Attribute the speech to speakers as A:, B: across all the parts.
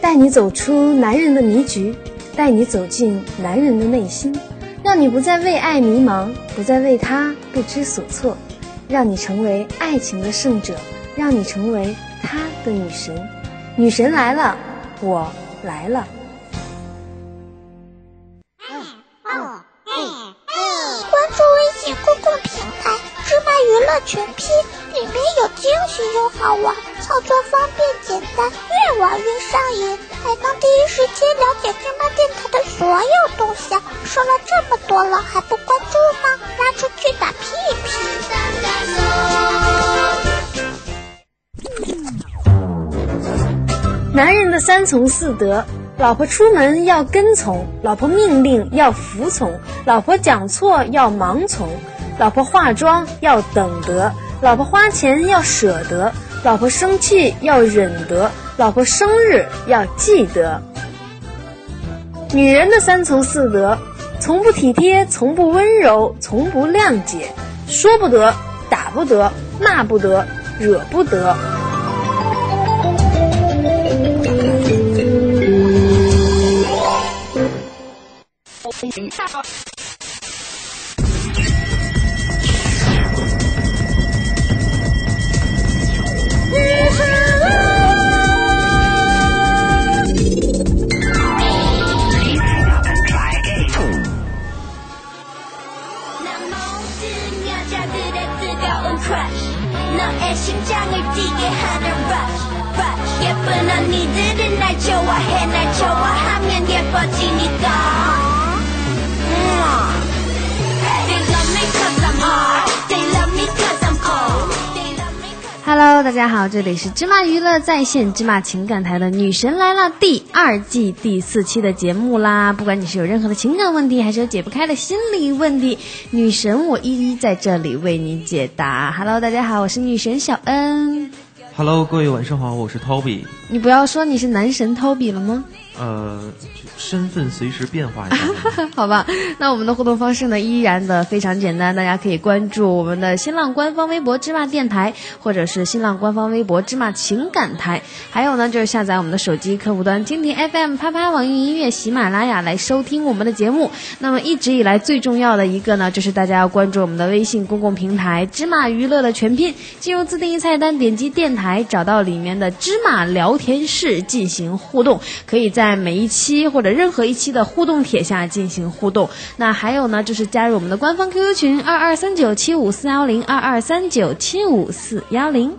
A: 带你走出男人的迷局，带你走进男人的内心，让你不再为爱迷茫，不再为他不知所措，让你成为爱情的胜者，让你成为他的女神。女神来了，我来了。
B: 关注微信公共平台“芝麻娱乐全拼”，里面有惊喜又好玩，操作方便简单，越玩越上瘾，还能第一时间了解芝麻电台的所有动向。说了这么多了，还不关注吗？拉出去打屁屁！
A: 男人的三从四德：老婆出门要跟从，老婆命令要服从，老婆讲错要盲从，老婆化妆要等得，老婆花钱要舍得，老婆生气要忍得，老婆生日要记得。女人的三从四德：从不体贴，从不温柔，从不谅解，说不得，打不得，骂不得，惹不得。Hello，大家好，这里是芝麻娱乐在线芝麻情感台的《女神来了》第二季第四期的节目啦。不管你是有任何的情感问题，还是有解不开的心理问题，女神我一一在这里为你解答。Hello，大家好，我是女神小恩。
C: Hello，各位晚上好，我是 Toby。
A: 你不要说你是男神 Toby 了吗？
C: 呃，身份随时变化 一下。
A: 好吧，那我们的互动方式呢，依然的非常简单，大家可以关注我们的新浪官方微博“芝麻电台”，或者是新浪官方微博“芝麻情感台”，还有呢就是下载我们的手机客户端蜻蜓 FM、啪啪、网易音乐、喜马拉雅来收听我们的节目。那么一直以来最重要的一个呢，就是大家要关注我们的微信公共平台“芝麻娱乐”的全拼，进入自定义菜单，点击电台，找到里面的“芝麻聊天室”进行互动，可以在。在每一期或者任何一期的互动帖下进行互动。那还有呢，就是加入我们的官方 QQ 群二二三九七五四幺零二二三九七五四幺零。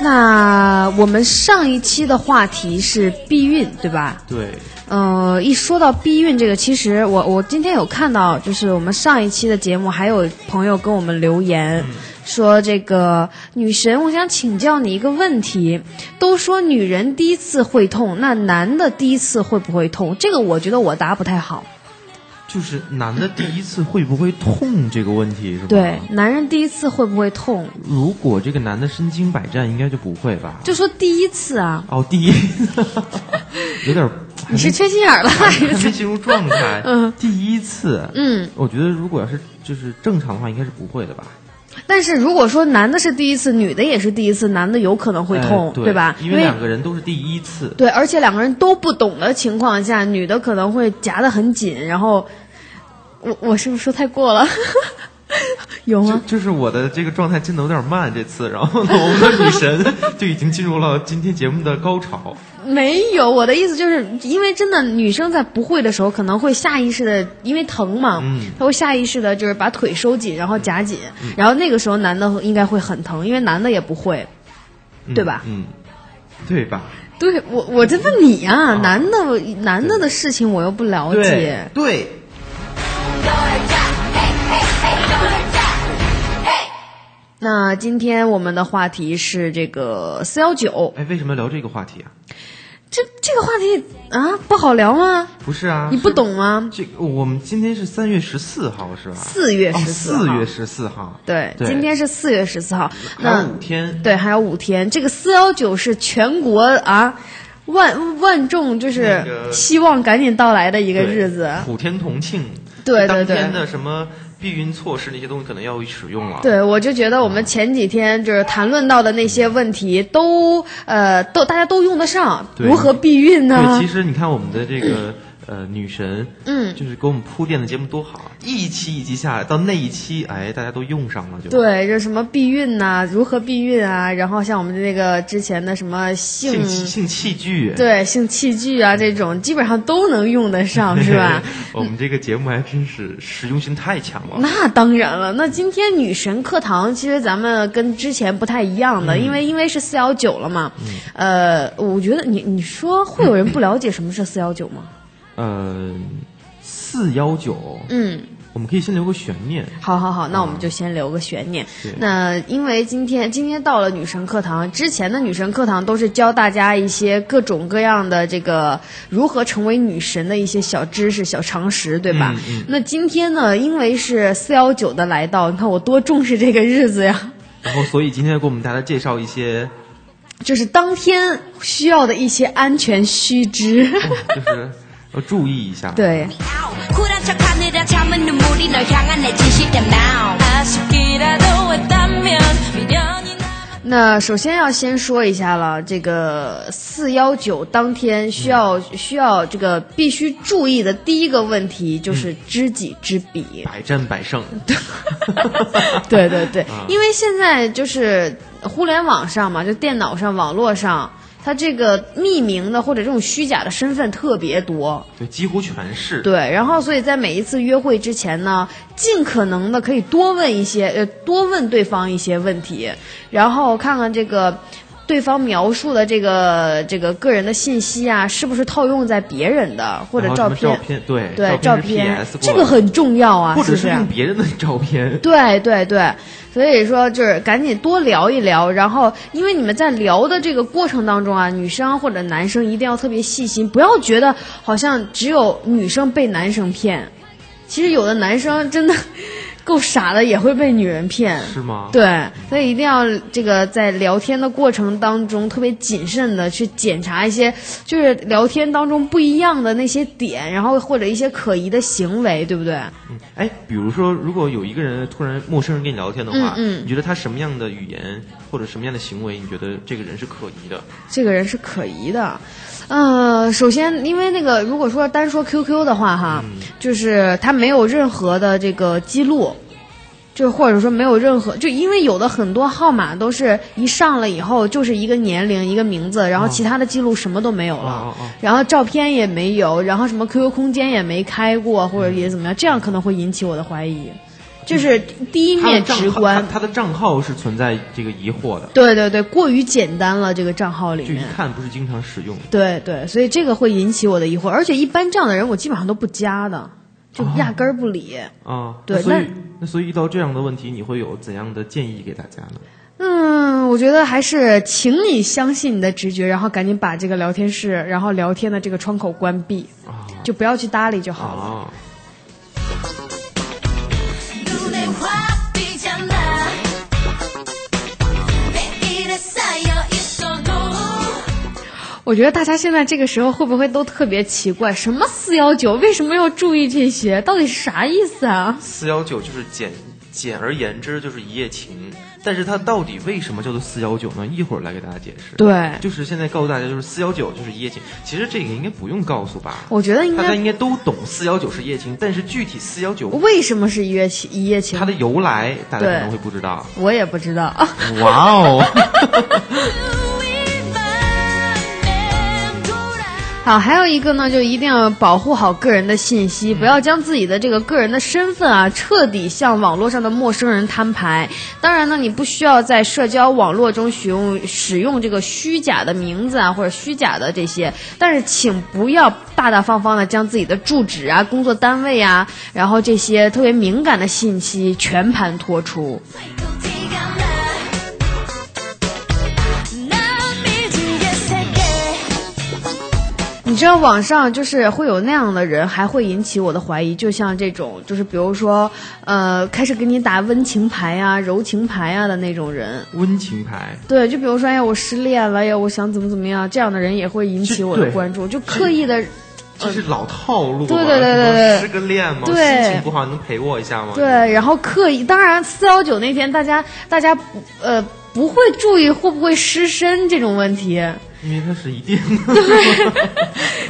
A: 那我们上一期的话题是避孕，对吧？
C: 对，
A: 呃，一说到避孕这个，其实我我今天有看到，就是我们上一期的节目，还有朋友跟我们留言、说，这个女神，我想请教你一个问题，都说女人第一次会痛，那男的第一次会不会痛？这个我觉得我答不太好。
C: 就是男的第一次会不会痛这个问题是吧？
A: 对，男人第一次会不会痛？
C: 如果这个男的身经百战，应该就不会吧？
A: 就说第一次啊，
C: 哦，第一， 有点儿还
A: 你
C: 没
A: 是缺心眼儿了 还
C: 还没
A: 是？
C: 进入状态。
A: 嗯
C: 第一次，
A: 嗯，
C: 我觉得如果要是就是正常的话，应该是不会的吧？
A: 但是如果说男的是第一次，女的也是第一次，男的有可能会痛，
C: 哎对
A: 吧？
C: 因为两个人都是第一次，
A: 对，而且两个人都不懂的情况下，女的可能会夹得很紧，然后我我是不是说太过了？ 有
C: 就
A: 吗？
C: 就是我的这个状态进的有点慢这次，然后呢，我们的女神就已经进入了今天节目的高潮。
A: 没有，我的意思就是因为真的女生在不会的时候，可能会下意识的，因为疼嘛，
C: 嗯
A: 她会下意识的就是把腿收紧，然后夹紧，然后那个时候男的应该会很疼，因为男的也不会。
C: 嗯
A: 对吧
C: 嗯，对吧？
A: 对我，我在问你呀、男的男的的事情我又不了解。
C: 啊对，
A: 那今天我们的话题是这个四幺九，
C: 哎，为什么聊这个话题啊？
A: 这这个话题啊不好聊吗？
C: 不是啊，
A: 你不懂吗？
C: 这个我们今天是三月十四号是吧？
A: 四月
C: 哦
A: 十四号
C: 四月十四号，
A: 对，
C: 对
A: 今天是四月十四号，
C: 还
A: 那
C: 有五天，
A: 对还有五天。这个四幺九是全国啊万万众就
C: 那
A: 是
C: 个
A: 希望赶紧到来的一个
C: 对
A: 日子。
C: 普天同庆，
D: 对对
C: 当
D: 对
C: 天的什么避孕措施那些东西可能要使用了。
D: 对，我就觉得我们前几天就是谈论到的那些问题都，呃，都大家都用得上，
C: 对
D: 如何避孕呢
C: 对，其？实你看我们的这 个呃女神，
D: 嗯
C: 就是给我们铺垫的节目多好，啊一期一期下来，到那一期，哎，大家都用上了就。
D: 对，就是什么避孕呐、如何避孕啊？然后像我们的那个之前的什么
C: 性器性器具，
D: 对性器具啊这种，基本上都能用得上，是吧？
C: 哎 我们这个节目还真是实用性太强了。
D: 那当然了，那今天女神课堂其实咱们跟之前不太一样
C: 嗯
D: 的，因为因为是四幺九了嘛，呃，我觉得你你说会有人不了解什么是四幺九吗？
C: 呃，四幺九，
D: 嗯，
C: 我们可以先留个悬念。
D: 好好好，那
C: 啊
D: 我们就先留个悬念。
C: 对
D: 那因为今天今天到了女神课堂，之前的女神课堂都是教大家一些各种各样的这个如何成为女神的一些小知识、小常识，对吧？
C: 嗯嗯
D: 那今天呢，因为是四幺九的来到，你看我多重视这个日子呀，
C: 然后，所以今天给我们大家介绍一些，
D: 就是当天需要的一些安全须知。
C: 就是 要注意一下。，
D: 对，
E: 쿨한 척하느라 참은 눈물이 널 향한 내 진실된 마음 아쉽기라도 했다면 미련이 나
D: 那首先要先说一下了，这个四幺九当天需要、需要这个必须注意的第一个问题就是知己知 彼。
C: 百战百胜。
D: 对对对，因为现在就是互联网上嘛，就电脑上、网络上，它这个匿名的或者这种虚假的身份特别多。
C: 对，几乎全是。
D: 对，然后所以在每一次约会之前呢，尽可能的可以多问一些，呃，多问对方一些问题，然后看看这个对方描述的这个这个个人的信息啊，是不是套用在别人的或者
C: 然后
D: 照
C: 什么
D: 片
C: 照，片，对，
D: 对，
C: 照
D: 照
C: 片是
D: 片
C: PS 过
D: 这个
C: 来的
D: 很重要啊，
C: 或者
D: 是
C: 是
D: 不
C: 用别人的照片。
D: 对对对，所以说就是赶紧多聊一聊，然后因为你们在聊的这个过程当中啊，女生或者男生一定要特别细心，不要觉得好像只有女生被男生骗，其实有的男生真的够傻的，也会被女人骗。
C: 是吗？，
D: 对，所以一定要这个在聊天的过程当中特别谨慎的去检查一些，就是聊天当中不一样的那些点，然后或者一些可疑的行为，对不对？
C: 哎，比如说，如果有一个人突然陌生人跟你聊天的话，
D: 嗯嗯
C: 你觉得他什么样的语言或者什么样的行为，你觉得这个人是可疑的？
D: 这个人是可疑的。呃，首先，因为那个如果说单说 QQ 的话，哈，
C: 嗯
D: 就是他没有任何的这个记录，就或者说没有任何，就因为有的很多号码都是一上了以后就是一个年龄一个名字，
C: 啊
D: 然后其他的记录什么都没有了，
C: 哦哦哦
D: 然后照片也没有，然后什么 QQ 空间也没开过，或者也怎么样，这样可能会引起我的怀疑，这是第一
C: 嗯他的
D: 面
C: 账
D: 直
C: 号
D: 观
C: 他，。他的账号是存在这个疑惑的，
D: 对对对，过于简单了，这个账号里
C: 就一
D: 面。
C: 看不是经常使用。
D: 对对，所以这个会引起我的疑惑，而且一般这样的人我基本上都不加的，就压根儿不理。
C: 啊，
D: 对
C: 那所以
D: 那
C: 那所以遇到这样的问题，你会有怎样的建议给大家呢？
D: 嗯，我觉得还是请你相信你的直觉，然后赶紧把这个聊天室，然后聊天的这个窗口关闭，
C: 啊
D: 就不要去搭理就好了。
C: 啊，
E: 눈에 확 띄잖아 매일에 쌓여 있어도
D: 我觉得大家现在这个时候会不会都特别奇怪，什么四幺九，为什么要注意这些？到底是啥意思啊？
C: 四幺九就是简简而言之就是一夜情，但是它到底为什么叫做四幺九呢？一会儿来给大家解释。，
D: 对，
C: 就是现在告诉大家，就是四幺九就是一夜情，其实这个应该不用告诉吧？
D: 我觉得应
C: 大家
D: 该
C: 应该都懂四幺九是一夜情，但是具体四幺九
D: 为什么是一夜情？一夜情
C: 它，的由来，大家
D: 对
C: 可能会不知 道。
D: 我也不知道。
C: 哇哦！
E: 우리만 맴돌아
D: 好，还有一个呢，就一定要保护好个人的信息，不要将自己的这个个人的身份啊，彻底向网络上的陌生人摊牌。当然呢，你不需要在社交网络中使用使用这个虚假的名字啊，或者虚假的这些，但是请不要大大方方的将自己的住址啊、工作单位啊，然后这些特别敏感的信息全盘托出。
E: 티가 나난 미친 게 세계
D: 你知道网上就是会有那样的人，还会引起我的怀疑。就像这种，就是比如说，呃，开始给你打温情牌啊、柔情牌啊的那种人。
C: 温情牌，
D: 对，就比如说，哎呀，我失恋了，哎呀，我想怎么怎么样，这样的人也会引起我的
C: 对
D: 关注，就刻意的
C: 这是老套路吧，
D: 对对对对对
C: 什么失个恋嘛，
D: 对
C: 心情不好，你能陪我一下吗？
D: 对，然后刻意，当然四幺九那天大家大家呃不会注意会不会失身这种问题，
C: 因为它是一定 的。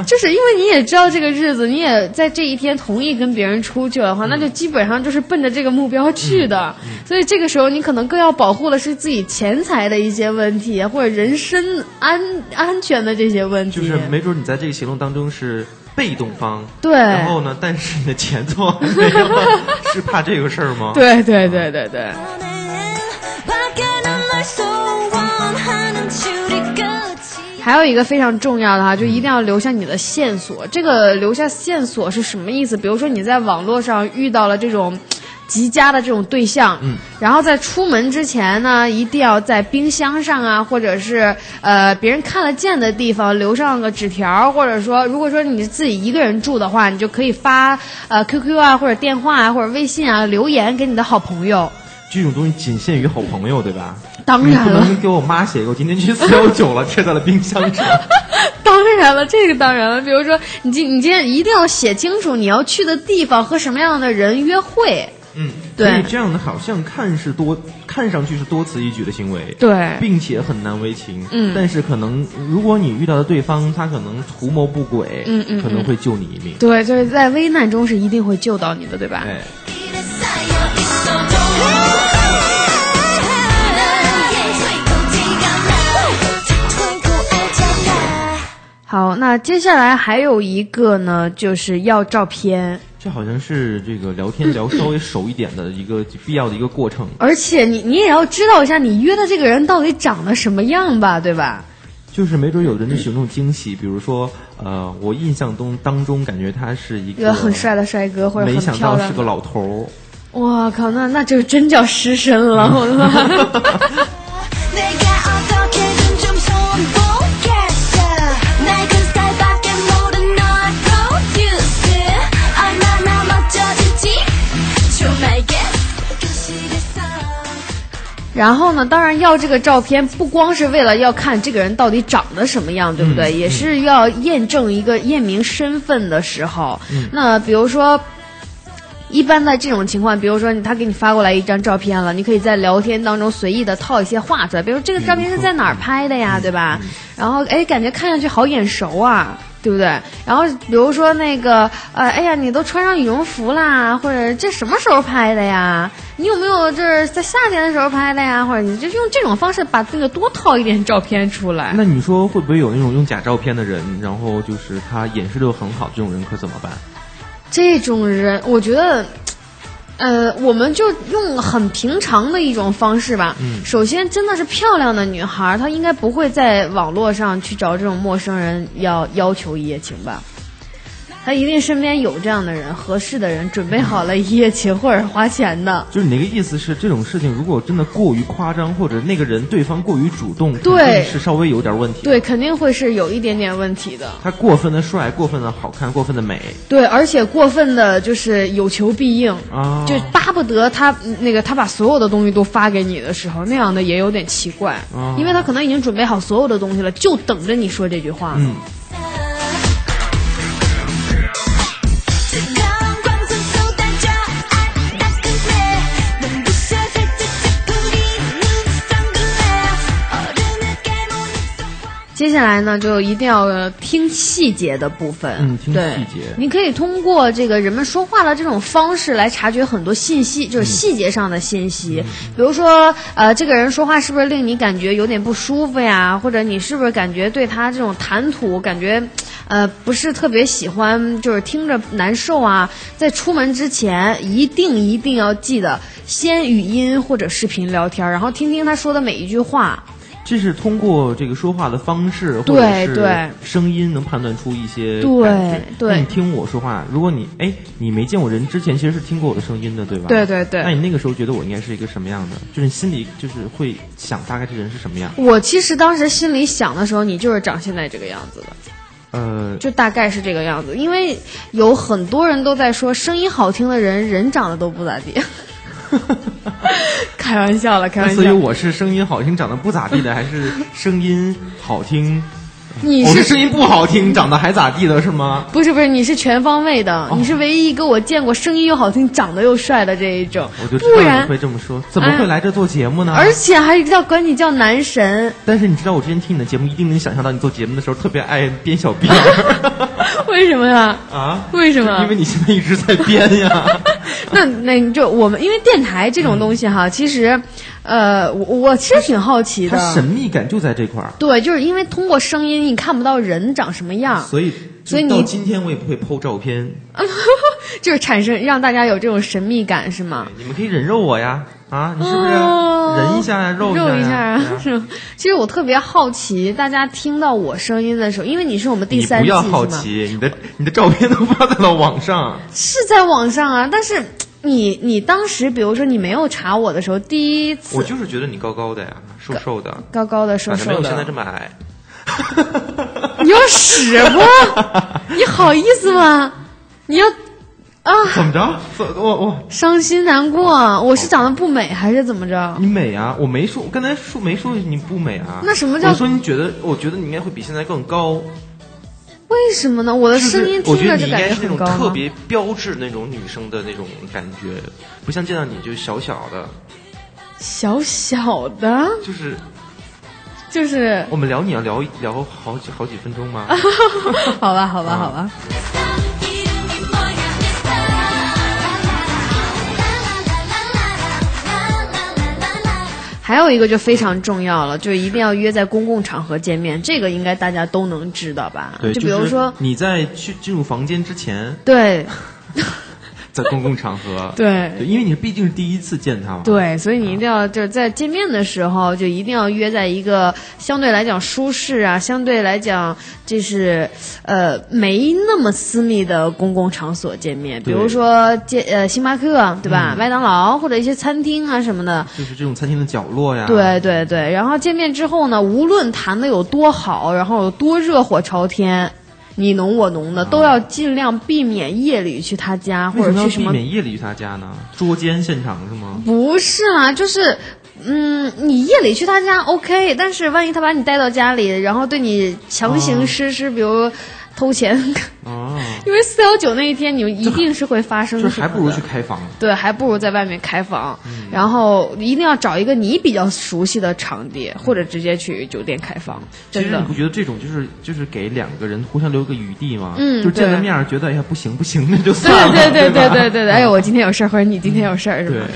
D: 就是因为你也知道这个日子，你也在这一天同意跟别人出去的话，
C: 嗯
D: 那就基本上就是奔着这个目标去的。所以这个时候，你可能更要保护的是自己钱财的一些问题，或者人身安安全的这些问题。
C: 就是没准你在这个行动当中是被动方，
D: 对
C: 然后呢，但是你的前奏还没有， 是怕这个事儿吗？，
D: 对对对
C: 嗯
D: 对对，
E: 오늘은 막연한 널 소원하는 줄이 끝이
D: 还有一个非常重要的哈，就一定要留下你的线索。这个留下线索是什么意思？比如说你在网络上遇到了这种。极佳的这种对象，
C: 嗯，
D: 然后在出门之前呢，一定要在冰箱上啊，或者是呃别人看得见的地方留上个纸条，或者说如果说你自己一个人住的话，你就可以发呃 QQ 啊或者电话啊或者微信啊留言给你的好朋友。
C: 这种东西仅限于好朋友，对吧？
D: 当
C: 你
D: 然
C: 不
D: 了，
C: 能给我妈写一个，我今天去四幺九了，贴在了冰 箱上。
D: 当然了，这个当然了。比如说，你今你今天一定要写清楚你要去的地方和什么样的人约会。
C: 嗯，
D: 对
C: 所以这样的好像看是多，看上去是多此一举的行为，
D: 对
C: 并且很难为情。
D: 嗯
C: 但是可能如果你遇到的对方他可能图谋不轨，
D: 嗯嗯
C: 可能会救你一命。
D: 对，就是在危难中是一定会救到你的，对吧？
C: 哎，
E: 길에 쌓여 있어도 나의 최고 티가 나 자꾸 알잖아
D: 好，那接下来还有一个呢，就是要照片，
C: 这好像是这个聊天聊稍微熟一点的一个必要的一个过程。
D: 而且你你也要知道一下你约的这个人到底长得什么样吧，对吧？
C: 就是没准有人的行动惊喜，比如说，呃，我印象中当中感觉他是一
D: 一
C: 个
D: 个很帅的帅哥或者
C: 没
D: 很
C: 想
D: 漂
C: 到
D: 亮
C: 是
D: 的，
C: 个老头
D: 哇靠，那那就真叫失身了，我的妈！
E: 내가 어떻게든 좀 소원 보겠어 낡은 스타일밖에 모른 너의 프로듀스 얼마나 멋져질지 좀 알겠어 교실에서
D: 然后呢，当然要这个照片，不光是为了要看这个人到底长得什么样，对不对？也是要验证一个验明身份的时候。那比如说。一般在这种情况，比如说你他给你发过来一张照片了，你可以在聊天当中随意的套一些话出来，比如说这个照片是在哪儿拍的呀，对吧？然后哎，感觉看上去好眼熟啊，对不对？然后比如说那个呃，哎呀，你都穿上羽绒服啦，或者这什么时候拍的呀？你有没有就是在夏天的时候拍的呀？或者你就用这种方式把那个多套一点照片出来。
C: 哎那你说会不会有那种用假照片的人，然后就是他掩饰的很好，这种人可怎么办？
D: 这种人，我觉得，呃，我们就用很平常的一种方式吧。
C: 嗯
D: 首先，真的是漂亮的女孩儿，她应该不会在网络上去找这种陌生人要要求一夜情吧。她一定身边有这样的人，合适的人，准备好了一夜情或者花钱的。
C: 就是你那个意思是，这种事情如果真的过于夸张，或者那个人对方过于主动，
D: 对
C: 肯定是稍微有点问题。，
D: 对，肯定会是有一点点问题的。
C: 他过分的帅，过分的好看，过分的美
D: 对，而且过分的就是有求必应。
C: 啊，
D: 就巴不得他嗯那个他把所有的东西都发给你的时候，那样的也有点奇怪，
C: 哦
D: 因为他可能已经准备好所有的东西了，就等着你说这句话。
C: 嗯，
E: 뜨거운 광선 쏟아져 아, 따끈해 넌 부셔 살짝 자꾸리는 선글라스 얼음을 깨무는 속광
D: 接下来呢，就一定要呃听细节的部分。
C: 嗯听
D: 对
C: 细节
D: 你可以通过这个人们说话的这种方式来察觉很多信息，就是细节上的信
C: 嗯
D: 息。比如说，呃，这个人说话是不是令你感觉有点不舒服呀？或者你是不是感觉对他这种谈吐感觉，呃，不是特别喜欢，就是听着难受啊？在出门之前，一定一定要记得先语音或者视频聊天，然后听听他说的每一句话。
C: 这是通过这个说话的方式或
D: 对
C: 者是
D: 对
C: 声音能判断出一些
D: 对
C: 感觉
D: 对
C: 那你听我说话，如果你哎你没见我人之前，其实是听过我的声音的，对吧？
D: 对对对
C: 那你那个时候觉得我应该是一个什么样的？就是你心里就是会想大概这人是什么样？
D: 我其实当时心里想的时候，你就是长现在这个样子的，
C: 呃，
D: 就大概是这个样子。因为有很多人都在说，声音好听的人人长得都不咋地。 开玩笑了，开
C: 那
D: 玩
C: 所以
D: 笑。
C: 我是声音好听，长得不咋地的，还是声音好听，
D: 你
C: 我
D: 是
C: 这声音不好听，长得还咋地的是吗？
D: 不是不是，你是全方位的，
C: 哦
D: 你是唯一一个我见过声音又好听、长得又帅的这一种
C: 我就，知
D: 不
C: 道
D: 然哎
C: 你会这么说，怎么会来这做节目呢？
D: 而且还叫管你叫男神，
C: 但是你知道，我之前听你的节目，一定能想象到你做节目的时候特别爱编小辫
D: 为什么呀？
C: 啊，
D: 为什么？
C: 因为你现在一直在编 呀。
D: 那那你就我们因为电台这种东西哈，其实，呃，我我其实挺好奇
C: 它神
D: 的。
C: 秘感就在这块儿，
D: 对，就是因为通过声音你看不到人长什么样，
C: 所以就
D: 所以你
C: 到今天我也不会剖照片，
D: 就是产生让大家有这种神秘感，是吗？
C: 你们可以人肉我呀，啊，你是不是
D: 哦
C: 人一下呀，肉
D: 肉
C: 一
D: 一下
C: 呀？对
D: 啊
C: 啊？
D: 是吗？ 其实我特别好奇，大家听到我声音的时候，因为你是我们第
C: 你
D: 三
C: 不
D: 季
C: 要好
D: 是吗？
C: 奇，你的你的照片都发在了网 上，
D: 是在网上啊，但是你你当时比如说你没有查我的时候，第一
C: 我
D: 次
C: 就是觉得你高高的呀，瘦瘦的，
D: 高高的瘦
C: 反正没
D: 瘦
C: 有现在
D: 的
C: 这，么矮。
D: 你有屎不？ 你好意思吗？你要啊，
C: 怎么着？怎我我
D: 伤心难过，我是长得不美还是怎么着？
C: 你美啊！我没说，我刚才说没说你不美啊？
D: 那什么叫
C: 我说你觉得？我觉得你应该会比现在更高。
D: 为什么呢？我的
C: 就是
D: 声音
C: 我
D: 听
C: 觉啊得
D: 着
C: 你
D: 就
C: 应
D: 感
C: 该
D: 觉
C: 是那种
D: 很高
C: 特
D: 吗？
C: 别标致那种女生的那种感觉，不像见到你就小小的，
D: 小小的，
C: 就是
D: 就是
C: 我们聊你要聊聊好几好几分钟吗？
D: 好吧，
C: 啊
D: 好吧，好吧。还有一个就非常重要了，就一定要约在公共场合见面，这个应该大家都能知道吧？
C: 对，
D: 就比如
C: 是
D: 说，
C: 你在去进入房间之前，
D: 对，
C: 在公共场合
D: 对
C: 因为你毕竟是第一次见他嘛。
D: 对，所以你一定要就是在见面的时候，就一定要约在一个相对来讲舒适啊，相对来讲就是呃没那么私密的公共场所见面，比
C: 对嗯
D: 如说街呃星巴克对吧，麦当劳或者一些餐厅啊什么的，
C: 就是这种餐厅的角落呀。
D: 对对对，然后见面之后呢，无论谈的有多好，然后有多热火朝天，你侬我侬
C: 啊
D: 的，都要尽量避免夜里去他家
C: 为
D: 或
C: 什
D: 者
C: 么要
D: 去什
C: 避
D: 么。
C: 免夜里去他家呢？捉奸现场是吗？
D: 不是啦，就是。嗯，你夜里去他家 OK，但是万一他把你带到家里，然后对你强行实施，比如偷钱，
C: 哦，
D: 因为四幺九那一天你一定是会发生
C: 就
D: 什么
C: 是还不如
D: 的
C: 去嗯开房。
D: 对，还不如在外面开房，然后一定要找一个你比较熟悉的场地，或者直接去酒店开房，
C: 其
D: 真
C: 实你
D: 的
C: 不。觉得这种就是就是给两个人互相留个余地吗？
D: 嗯
C: 就见了
D: 对
C: 面儿觉得哎呀不行不行，那就
D: 对
C: 算了，
D: 对对对
C: 吧
D: 对对对，哎呦，我今天有事儿，或者你今天有事儿，是
C: 对
D: 吧？，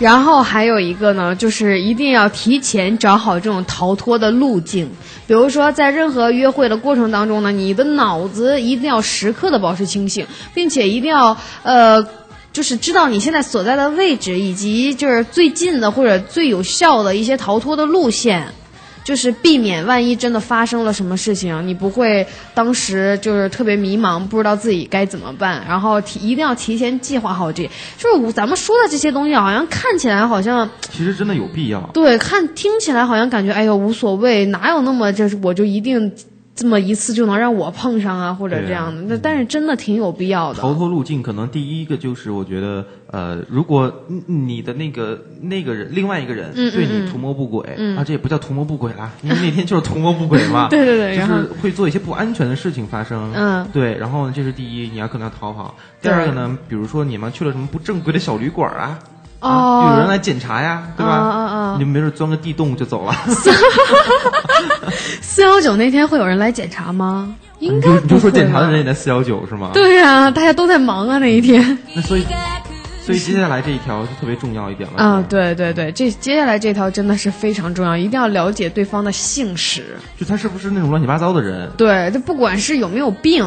D: 然后还有一个呢，就是一定要提前找好这种逃脱的路径。比如说，在任何约会的过程当中呢，你的脑子一定要时刻的保持清醒，并且一定要呃，就是知道你现在所在的位置，以及就是最近的或者最有效的一些逃脱的路线。就是避免万一真的发生了什么事情，你不会当时就是特别迷茫，不知道自己该怎么办，然后提一定要提前计划好这，就是我咱们说的这些东西，好像看起来好像
C: 其实真的有必要。
D: 对，看听起来好像感觉哎呦无所谓，哪有那么就是我就一定这么一次就能让我碰上啊，或者
C: 对啊
D: 这样的，那、但是真的挺有必要的。哦
C: 逃脱路径可能第一个就是，我觉得，呃，如果你你的那个那个人，另外一个人
D: 嗯嗯嗯
C: 对你图谋不轨，啊，这也不叫图谋不轨啦，因为那天就是图谋不轨嘛，
D: 对对对
C: 就
D: 然后
C: 是会做一些不安全的事情发生，
D: 嗯
C: 对，然后呢，这是第一，你要可能要逃跑。第
D: 对
C: 二个呢，比如说你们去了什么不正规的小旅馆啊，
D: 哦
C: 啊，有人来检查呀，对吧？
D: 啊啊啊
C: 你们没准钻个地洞就走了，
D: 四幺九那天会有人来检查吗？ 应
C: 啊你
D: 该
C: 就你就说
D: 不会
C: 检查的
D: 吧
C: 人也在四幺九是吗？
D: 对呀、大家都在忙啊那一天。
C: 那所以所以接下来这一条就特别重要一点了
D: 啊
C: 是，吧
D: 对对对，这接下来这条真的是非常重要，一定要了解对方的姓氏。
C: 就他是不是那种乱七八糟的人？
D: 对，就不管是有没有病，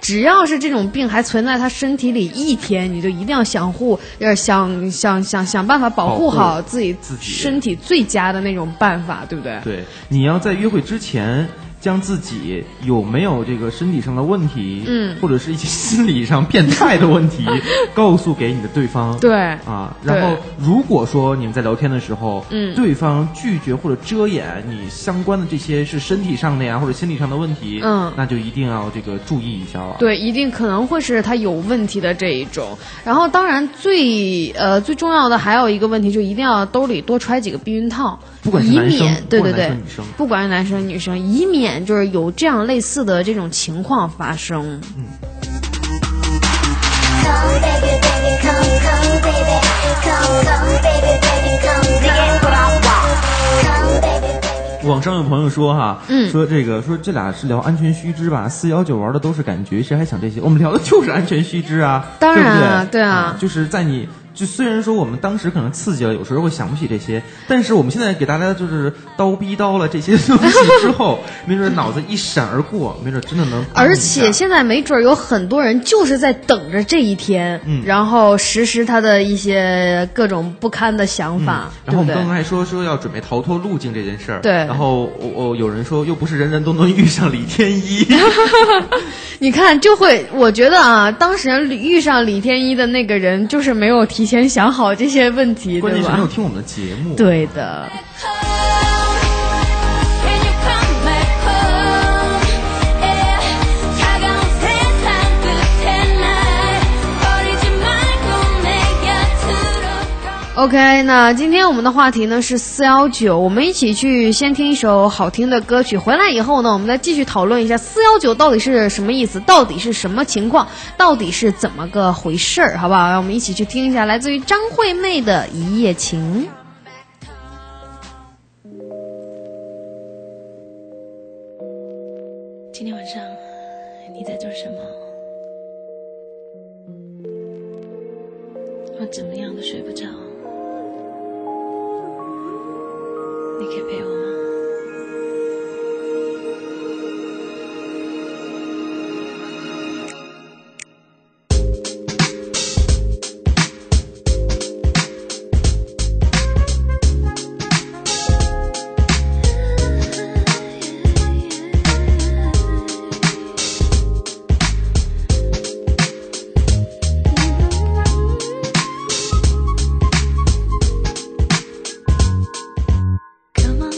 D: 只要是这种病还存在他身体里一天，你就一定要想护，呃，想想想想办法保护
C: 保护
D: 好自己
C: 自己
D: 身体最佳的那种办法，对不对？
C: 对，你要在约会之前将自己有没有这个身体上的问题，
D: 嗯
C: 或者是一些心理上 变态的问 题，告诉给你的对方。
D: 对
C: 啊，
D: 对
C: 然后如果说你们在聊天的时候，
D: 嗯
C: 对方拒绝或者遮掩你相关的这些是身体上的呀或者心理上的问题，
D: 嗯
C: 那就一定要这个注意一下了。
D: 对，一定可能会是他有问题的这一种。然后，当然最呃最重要的还有一个问题，就一定要兜里多揣几个避孕套，
C: 不管是
D: 以
C: 男生
D: 免对
C: 不
D: 对
C: 管
D: 对
C: 男生女生，
D: 不管是男生女生，以免就是有这样类似的这种情况发
C: 嗯
D: 生。
F: Come, baby, baby, come, come, baby, come, come, baby, baby, come, come, baby, baby.
C: 网上有朋友说哈，
D: 嗯
C: 说这个说这俩是聊安全须知吧，四幺九玩的都是感觉，谁还想这些？我们聊的就是安全须知啊，
D: 当然
C: 对
D: 啊
C: 不对
D: 对啊
C: 就是在你。就虽然说我们当时可能刺激了，有时候会想不起这些，但是我们现在给大家就是叨逼叨了这些东西之 后，没准脑子一闪而过，没准真的能。
D: 而且
C: 嗯
D: 现在没准儿有很多人就是在等着这一天，
C: 嗯
D: 然后实施他的一些各种不堪的想法，
C: 嗯然后我们
D: 对不
C: 刚
D: 对？
C: 才还说说要准备逃脱路径这件事儿，
D: 对
C: 然后我我有人说又不是人人都能遇上李天 一，
D: 你看，就会我觉得啊，当时遇上李天一的那个人，就是没有提前想好这些问题，
C: 关
D: 对
C: 键是没有
D: 吧？
C: 听我们的节目。
D: 对的，
E: Can you come back home? Yeah, 차가운 세상 끝에 날 버리지 말고 내 곁으로 가.
D: OK，那今天我们的话题呢是四幺九，我们一起去先听一首好听的歌曲，回来以后呢，我们再继续讨论一下四幺九到底是什么意思，到底是什么情况，到底是怎么个回事儿，好不好？让我们一起去听一下来自于张惠妹的《一夜情》。
G: 今天晚上你在做什么？我怎么样都睡不着，你可以陪我吗？Come on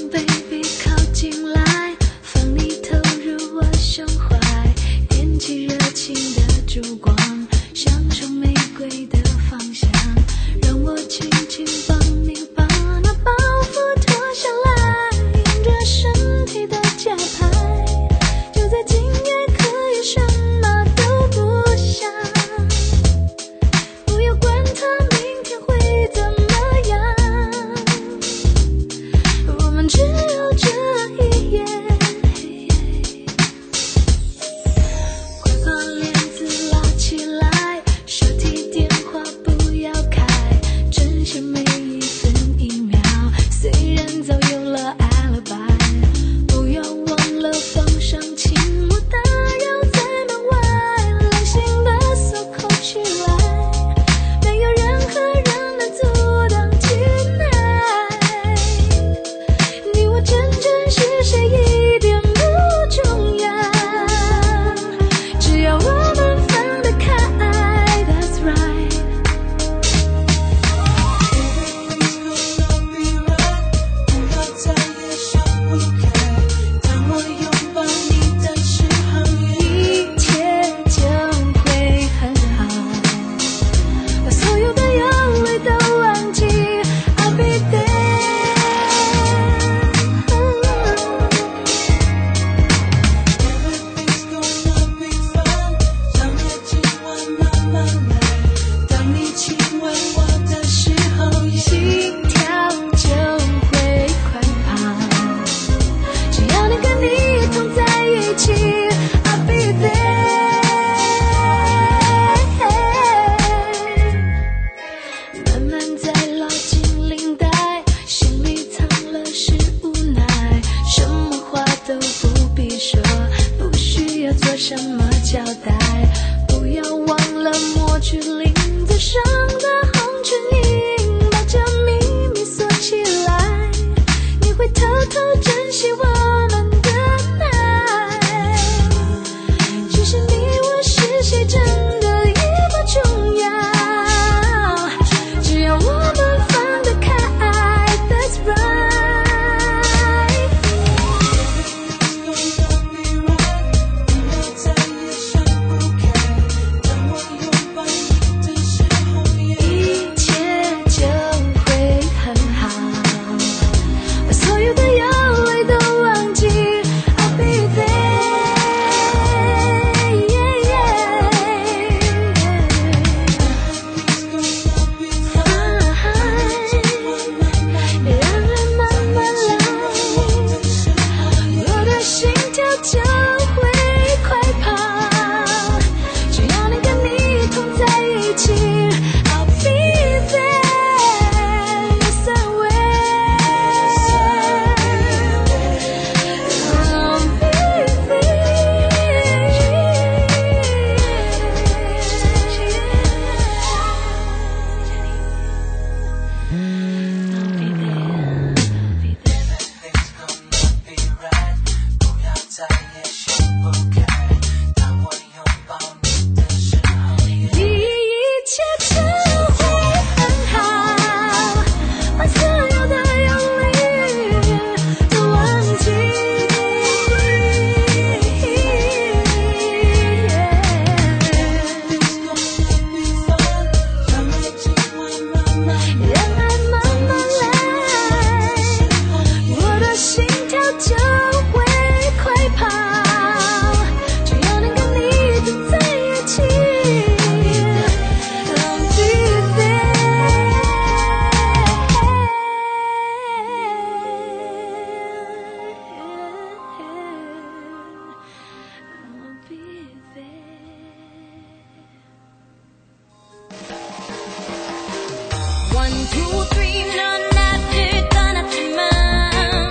E: One, two, three, 넌 나를 떠났지만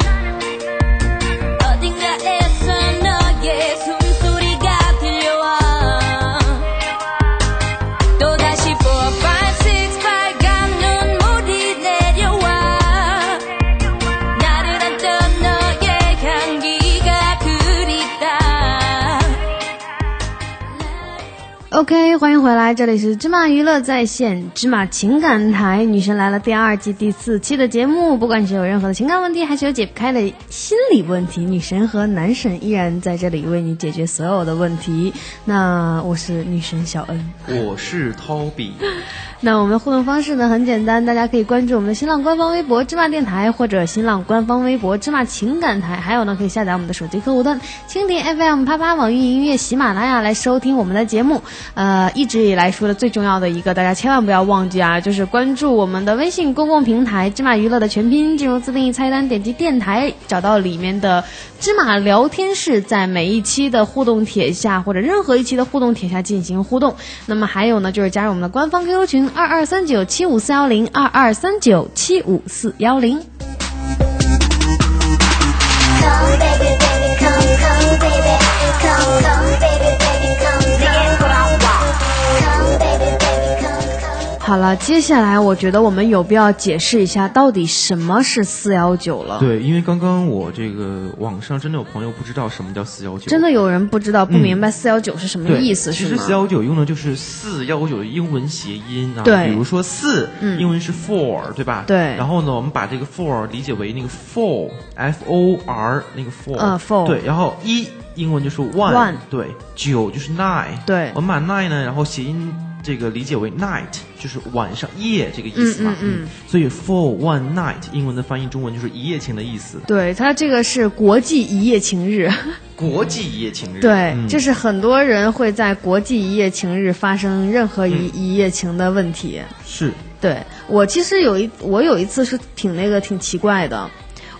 E: 어딘가에서 너의 숨소리가 들려와 또다시 four, five, six, 빨간 눈물이 내려와 나를 안던 너의 향기가 그립다
D: OK，欢迎回来，这里是芝麻娱乐在线芝麻情感台《女神来了》第二季第四期的节目。不管你是有任何的情感问题，还是有解不开的心理问题，女神和男神依然在这里为你解决所有的问题。那我是女神小恩。
C: 我是涛比，
D: 那我们互动方式呢很简单，大家可以关注我们的新浪官方微博“芝麻电台”或者新浪官方微博“芝麻情感台”，还有呢可以下载我们的手机客户端蜻蜓 FM、啪啪网易云音乐、喜马拉雅来收听我们的节目。呃，一直以来说的最重要的一个，大家千万不要忘记啊，就是关注我们的微信公共平台“芝麻娱乐”的全拼，进入自定义菜单，点击电台，找到里面的“芝麻聊天室”，在每一期的互动帖下或者任何一期的互动帖下进行互动。那么还有呢，就是加入我们的官方 QQ 群二二三九七五四幺零二二三九七五四幺零。
F: Come, baby, baby, come, come, baby, come, come, baby, baby, come, come. Come, baby, baby, come, come.
D: 好了，接下来我觉得我们有必要解释一下，到底什么是四幺九了。
C: 对，因为刚刚我这个网上真的有朋友不知道什么叫四幺九，
D: 真的有人不知道、不明白四幺九是什么
C: 嗯对
D: 意思，
C: 其
D: 是
C: 实
D: 吗
C: 四？幺九用的就是四幺九的英文谐音啊，
D: 对
C: 比如说四，
D: 嗯
C: 英文是 four，对吧？
D: 对
C: 然后呢，我们把这个 four 理解为那个 four，f o r 那个 four，
D: 呃，four
C: 对，然后一英文就是 one，,
D: one
C: 对，九就是 nine，
D: 对
C: 我们把 nine 呢，然后谐音。这个理解为 night 就是晚上夜这个意思嘛，
D: 嗯嗯嗯
C: 所以 for one night 英文的翻译中文就是一夜情的意思，
D: 对，它这个是国际一夜情日，
C: 国际一夜情日。
D: 对，
C: 嗯
D: 就是很多人会在国际一夜情日发生任何
C: 嗯
D: 一、一夜情的问题。
C: 是
D: 对我其实有一我有一次是挺那个挺奇怪的，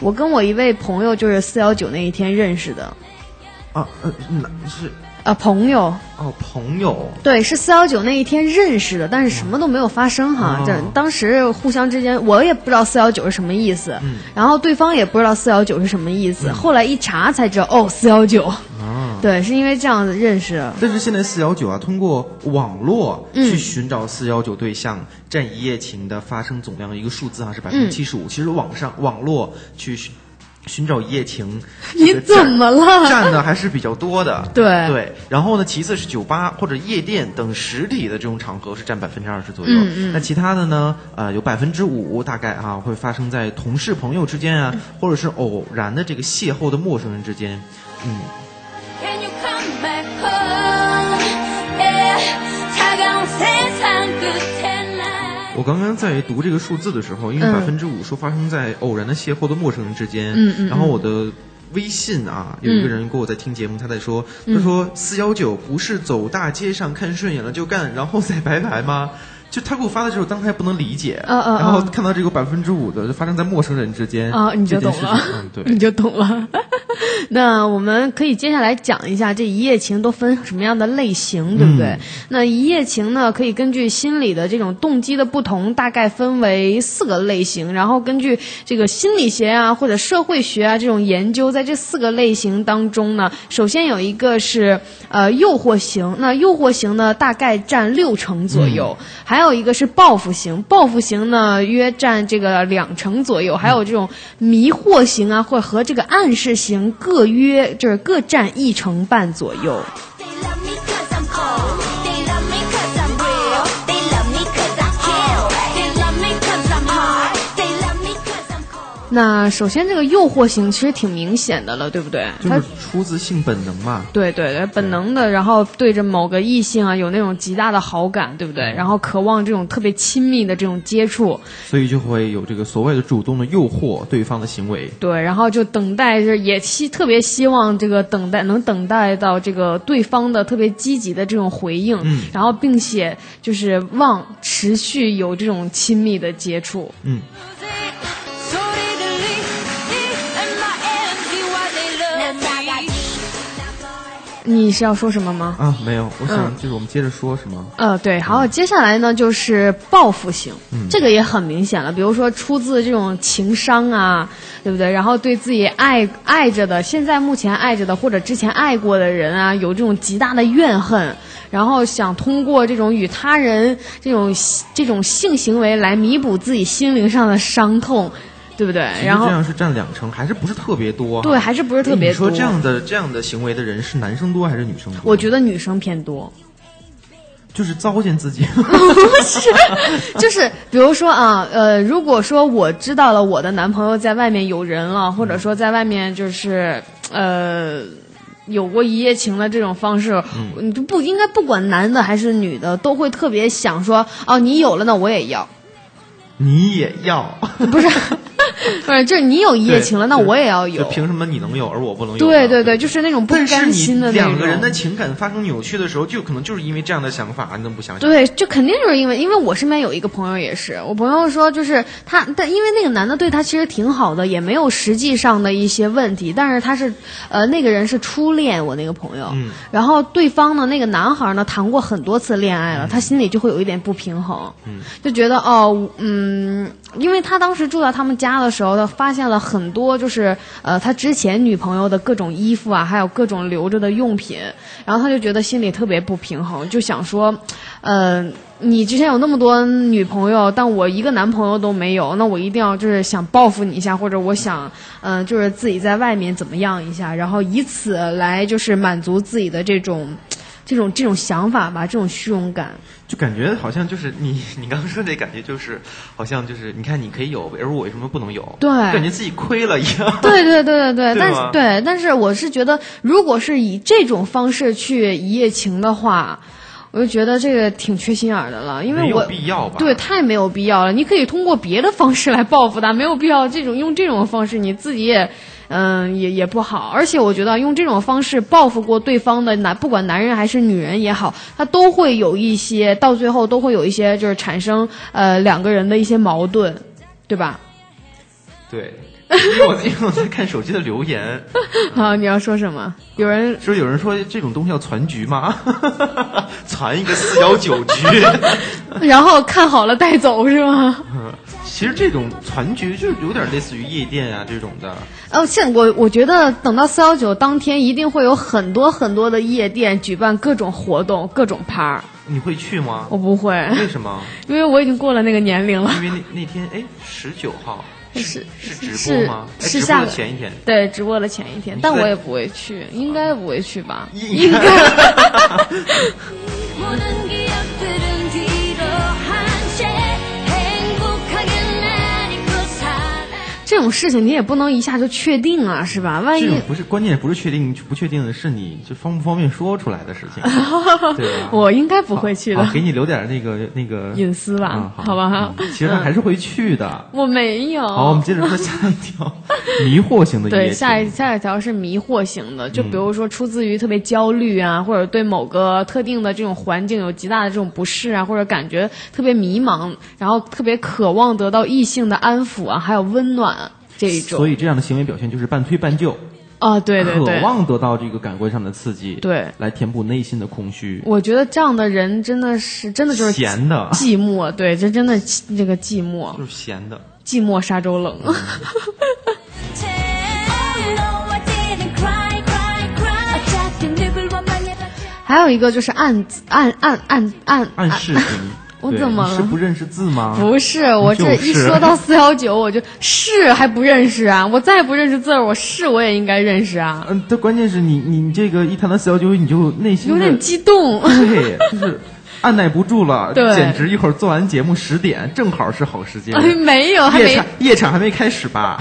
D: 我跟我一位朋友就是四幺九那一天认识的，
C: 啊，呃，那是
D: 呃，朋友
C: 哦，朋友，
D: 对是四幺九那一天认识的，但是什么都没有发生哈。
C: 哦
D: 这当时互相之间我也不知道四幺九是什么意思，
C: 嗯
D: 然后对方也不知道四幺九是什么意思，后来一查才知道哦四幺九，
C: 啊。
D: 对，是因为这样子认识的。
C: 但是现在四幺九啊，通过网络
D: 嗯
C: 去寻找四幺九对象，占一夜情的发生总量的一个数字啊是百分
D: 嗯
C: 之七十五。其实网上网络去寻寻找一夜情，
D: 你
C: 这个
D: 怎
C: 占
D: 么 了
C: 占的还是比较多的。
D: 对
C: 对，然后呢，其次是酒吧或者夜店等实体的这种场合是占百分之二十左右。
D: 嗯嗯
C: 那其他的呢，呃，有百分之五大概啊会发生在同事朋友之间
D: 嗯
C: 啊，或者是偶然的这个邂逅的陌生人之间。嗯，
E: Can you come back home? Yeah, 차가운 세상 끝에 날.
C: 我刚刚在读这个数字的时候，因为百
D: 嗯
C: 分之五说发生在偶然的邂逅的陌生人之间，
D: 嗯嗯
C: 然后我的。微信啊，有一个人跟我在听节目，他在说，
D: 嗯
C: 他说四幺九不是走大街上看顺眼了就干，然后再拜拜吗？就他给我发的时候，当时还不能理解，
D: 嗯嗯嗯
C: 然后看到这个百分之五的就发生在陌生人之间
D: 啊，你就
C: 这件
D: 懂
C: 事情
D: 了，
C: 嗯，对，
D: 你就懂了。那我们可以接下来讲一下这一夜情都分什么样的类型，对不对？
C: 嗯
D: 那一夜情呢，可以根据心理的这种动机的不同，大概分为四个类型，然后根据这个心理学啊或者社会学啊这种研究，在这四个类型当中呢，首先有一个是呃诱惑型，那诱惑型呢大概占六成左右，还有一个是报复型，报复型呢约占这个两成左右，还有这种迷惑型啊，或者和这个暗示型各约就是各占一成半左右。
E: They love me 'cause I'm cold. They love me 'cause I'm real. They love me 'cause I kill. They love me 'cause I'm hard. They love me 'cause I'm cold.
D: 那首先这个诱惑型其实挺明显的了，对不对？
C: 就
D: 它
C: 是出自性本能嘛，
D: 对对对，本能的，然后对着某个异性啊有那种极大的好感，对不
C: 嗯
D: 对？然后渴望这种特别亲密的这种接触，
C: 所以就会有这个所谓的主动的诱惑对方的行为。
D: 对，然后就等待，就是也希特别希望这个等待能等待到这个对方的特别积极的这种回应，
C: 嗯
D: 然后并且就是望持续有这种亲密的接触。
C: 嗯，
E: 소리 들리? E M I N G Y. They love me.
D: 你是要说什么吗？
C: 啊，没有，我想
D: 嗯
C: 就是我们接着说，是吗？
D: 呃，对，好，接下来呢就是报复性，
C: 嗯
D: 这个也很明显了，比如说出自这种情伤啊，对不对？然后对自己爱爱着的，现在目前爱着的或者之前爱过的人啊，有这种极大的怨恨，然后想通过这种与他人这种这种性行为来弥补自己心灵上的伤痛，对不对？
C: 其实
D: 然后
C: 哎这样是占两成，还是不是特别多？啊哎
D: 对，。还是不是特别
C: 你
D: 多。
C: 说这样的这样的行为的人是男生多还是女生多？啊
D: 我觉得女生偏多。
C: 就是糟践自己。
D: 不是， 就是比如说啊，呃，如果说我知道了我的男朋友在外面有人
C: 嗯
D: 了，或者说在外面就是呃。有过一夜情的这种方式，
C: 嗯
D: 你就不应该不管男的还是女的，都会特别想说哦，你有了那我也 要，
C: 你也要，
D: 不是，不是，就是你有一夜情了，
C: 对
D: 那
C: 就是
D: 我也要有
C: 就，凭什么你能有而我不能有呢？啊
D: 对对对，就是那种不
C: 但是
D: 甘
C: 你
D: 心的那种。
C: 两个人的情感发生扭曲的时候，就可能就是因为这样的想法，你怎么不想想？
D: 对，就肯定就是因为，因为我身边有一个朋友也是，我朋友说就是他，但因为那个男的对他其实挺好的，也没有实际上的一些问题，但是他是，呃，那个人是初恋，我那个朋友，
C: 嗯
D: 然后对方呢，那个男孩呢谈过很多次恋爱
C: 嗯
D: 了，他心里就会有一点不平衡，就觉得哦，嗯，因为他当时住到他们家的时候，他发现了很多就是呃他之前女朋友的各种衣服啊，还有各种留着的用品，然后他就觉得心里特别不平衡，就想说，呃，你之前有那么多女朋友，但我一个男朋友都没有，那我一定要就是想报复你一下，或者我想，嗯、就是自己在外面怎么样一下，然后以此来就是满足自己的这种。这种这种想法吧，这种虚荣感，
C: 就感觉好像就是你，你刚刚说这感觉就是，好像就是你看你可以有，而我为什么不能有？
D: 对
C: 感觉自己亏了一 样。
D: 对对对对对，
C: 对
D: 但是
C: 吗
D: 对，但是我是觉得，如果是以这种方式去一夜情的话，我就觉得这个挺缺心眼儿的了，因
C: 没
D: 为
C: 有
D: 我
C: 必要吧？
D: 对太没有必要了。你可以通过别的方式来报复他，没有必要这种用这种方式，你自己也。嗯，也也不好，而且我觉得用这种方式报复过对方的男，不管男人还是女人也好，他都会有一些，到最后都会有一些，就是产生呃两个人的一些矛盾，对吧？
C: 对，因为我 因为我在看手机的留言，
D: 啊，你要说什么？有人
C: 说有人说这种东西要攒局吗？ 攒一个四幺 九局。
D: 然后看好了带走是吗？
C: 其实这种攒局就是有点类似于夜店啊这种的，
D: 哦，现我我觉得等到四幺九当天，一定会有很多很多的夜店举办各种活动、各种趴儿。
C: 你会去吗？
D: 我不会，
C: 为什么？
D: 因为我已经过了那个年龄了。
C: 因为那那天哎，十九号
D: 是
C: 是直播
D: 是
C: 吗？哎直
D: 是
C: 播
D: 下
C: 的
D: 个
C: 前一天。
D: 对直播的前一天，
C: 你
D: 但
C: 在
D: 我也不会去，应该不会去吧？
C: 应该
E: 모든 기억들은 뒤로 한 채 행복하게 날 잊고 살아
D: 这种事情你也不能一下就确定啊，是吧？万
C: 这
D: 一
C: 种不是关键，不是确定不确定的是你就方不方便说出来的事 情，对吧？
D: 我应该不会去的
C: 好，给你留点那个那个
D: 隐私吧
C: 嗯好
D: 好吧
C: 嗯其实还是会去的。
D: 我没有。
C: 好，我们接着说下一条迷惑型的一夜嗯
D: 对，
C: 情
D: 下一下一条是迷惑型的，就比如说出自于特别焦虑啊，或者对某个特定的这种环境有极大的这种不适啊，或者感觉特别迷茫，然后特别渴望得到异性的安抚啊，还有温暖啊这一种。
C: 所以这样的行为表现就是半推半就，
D: 啊，对对对
C: 渴，望得到这个感官上的刺激，
D: 对
C: 来填补内心的空虚，
D: 我觉得这样的人真的是真的就是
C: 闲的，
D: 寂寞，对，这真的这个寂寞，
C: 就是闲的。
D: 寂寞沙洲冷。
C: 嗯
E: 채 Oh no I didn't cry cry cry 어차피 누굴 원망해봤자
D: 还有一个就是暗暗暗暗暗
C: 暗示型。
D: 啊我
C: 对
D: 怎么
C: 你
D: 了
C: 是不认识字吗？
D: 不是，我这
C: 啊嗯就是
D: 一说到四幺九，我就是还不认识啊！我再不认识字儿，我是我也应该认识啊！
C: 嗯，但关键是你你这个一谈到四幺九，你就内心
D: 有
C: 的
D: 点激 动，
C: 对，就是按耐不住了，
D: 对
C: 简直一会儿做完节目十点，正好是好时间。
D: 没有，哎还
C: 夜
D: 没
C: 场夜场还没开始 吧？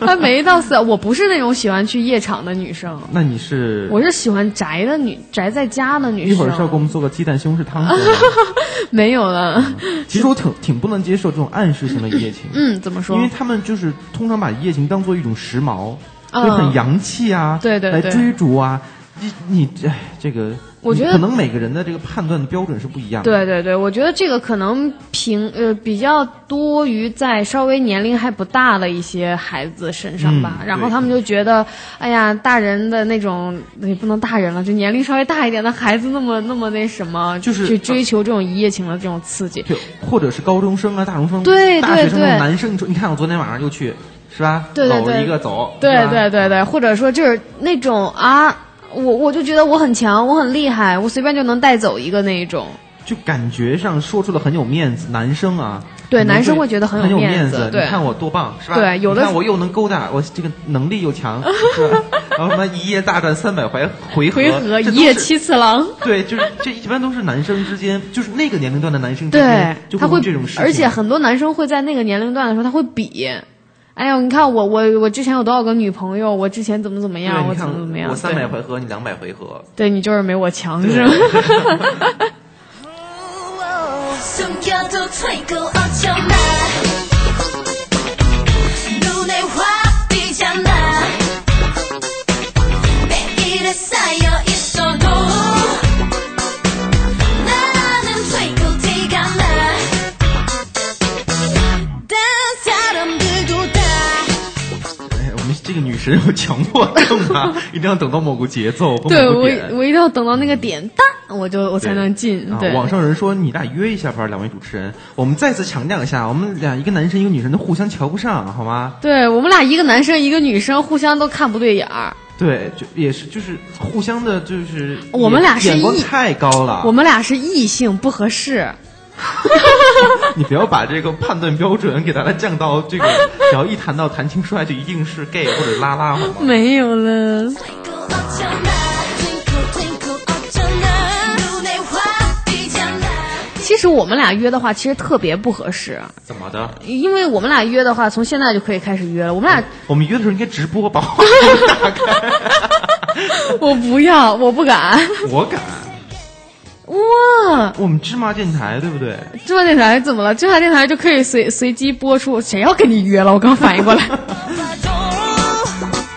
D: 还没到四，我不是那种喜欢去夜场的女生，
C: 那你是
D: 我是啊喜欢宅的女，宅在家的女
C: 一会儿是要给我
D: 生。
C: 们做个鸡蛋西红柿汤吗？
D: 没有了，
C: 其实我挺挺不能接受这种暗示型的一夜情，
D: 嗯，怎么说
C: 因？为他们就是通常把一夜情当做一种时髦，
D: 嗯
C: 就很洋气啊，
D: 对对
C: 来
D: 对
C: 追逐啊。你你这这个，
D: 我觉得
C: 可能每个人的这个判断的标准是不一样的。
D: 对对对，我觉得这个可能平呃比较多于在稍微年龄还不大的一些孩子身上吧，
C: 嗯
D: 然后
C: 对
D: 他们就觉得，哎呀，大人的那种也不能大人了，就年龄稍微大一点的孩子那么那么那什么，
C: 就是呃
D: 去追求这种一夜情的这种刺激。
C: 对，或者是高中生啊、大中生、
D: 对
C: 大
D: 对
C: 学生那种
D: 对
C: 男生，你说，你看我昨天晚上又去，是吧？
D: 对对
C: 搂着
D: 对
C: 一个走，
D: 对
C: 是吧
D: 对对对，或者说就是那种啊，我我就觉得我很强，我很厉害，我随便就能带走一个那一种。
C: 就感觉上说出了很有面子，男生啊，
D: 对
C: 可能
D: 男生会觉得很
C: 很
D: 有
C: 有
D: 面子
C: 子，
D: 对
C: 你看我多棒，是吧？
D: 对有的
C: 你看我又能勾搭，我这个能力又强，是 吧？然后什么一夜大战三百回回合，
D: 回合
C: 这
D: 一
C: 都
D: 夜
C: 是。
D: 七次郎。
C: 对，就是这一般都是男生之间，就是那个年龄段的男生之
D: 对
C: 间，就
D: 他
C: 会
D: 会
C: 有这种事情，
D: 而且很多男生会在那个年龄段的时候，他会比。哎呀，你看我我我之前有多少个女朋友，我之前怎么怎么
C: 对，
D: 样，我
C: 你
D: 怎
C: 看
D: 么怎么样，
C: 我三
D: 对
C: 百回合，你两百回合，
D: 对你就是没我强是吗？
E: 숨겨도 twinkle 어쩌나 눈에 확 띄잖아 매일에 쌓여 있어도 나는 twinkle 티가 나 다른 사람들도 다
C: 哎，我们这个女神有强迫症啊，一定要等到某个节奏或
D: 对
C: 某个
D: 我
C: 点。
D: 我一定要等到那个点，当我就我才能进。
C: 啊
D: 对，
C: 网上有人说你俩约一下吧，两位主持人，我们再次强调一下，我们俩一个男生一个女生都互相瞧不上，好吗？
D: 对我们俩一个男生一个女生，互相都看不对眼儿。
C: 啊对，就也是就是互相的，就是
D: 我们俩是
C: 眼光
D: 异
C: 太高了，
D: 我们俩是异性不合适，
C: 啊 你不要把这个判断标准给大家降到这个，只要一谈到谈情说爱就一定是 gay 或者拉拉，好吗？
D: 没有了。
E: Twinkle 어쩌나 twinkle twinkle 어쩌나 눈에 확 띄잖아
D: 其实我们俩约的话，其实特别不合适，
C: 怎么的？
D: 因为我们俩约的话，从现在就可以开始约了。我们俩
C: 我们约的时候应该直播把话筒打开，
D: 我不要，我不敢。
C: 我敢，
D: 哇，
C: 我们芝麻电台对不对？
D: 芝麻电台怎么了？芝麻电台就可以随随机播出，谁要跟你约了？我刚反应过 来，
E: 봐도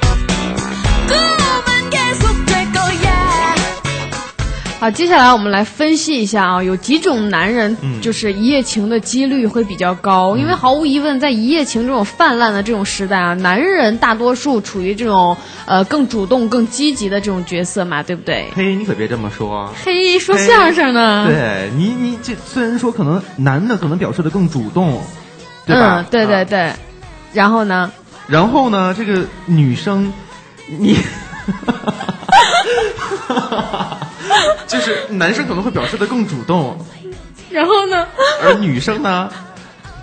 E: 꿈은 계속될 거야
D: 好，接下来我们来分析一下啊，有几种男人
C: 嗯
D: 就是一夜情的几率会比较高，因为毫无疑问，在一夜情这种泛滥的这种时代啊，男人大多数处于这种呃更主动、更积极的这种角色嘛，对不对？
C: 嘿，你可别这么说。
D: 嘿，说相声呢，
C: 对你，你这虽然说可能男的可能表示的更主动，对吧？
D: 嗯，对 对
C: 啊
D: 对，然后呢？
C: 然后呢，这个女生， 你， 就是男生可能会表示的更主动，
D: 然后 呢？
C: 而女生呢，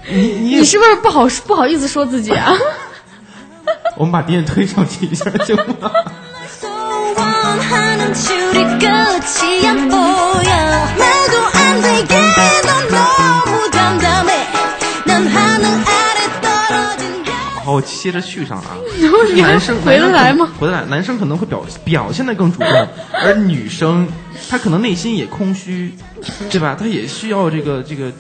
C: 你你也
D: 你是不是不好不好意思说自己啊？
C: 我们把敌人推上去一下行吗？
E: 소원하는 줄이 끝이 안 보여 말도 안 되게 넌 너무 담담해 난 하늘 아래 떨어진다
C: 好，我接着续上啊。
D: 你还
C: 男生
D: 回得来吗？？
C: 男生可能回得来，男生可能会表表现的更主动，而女生她可能内心也空虚，对吧？她也需要这个这个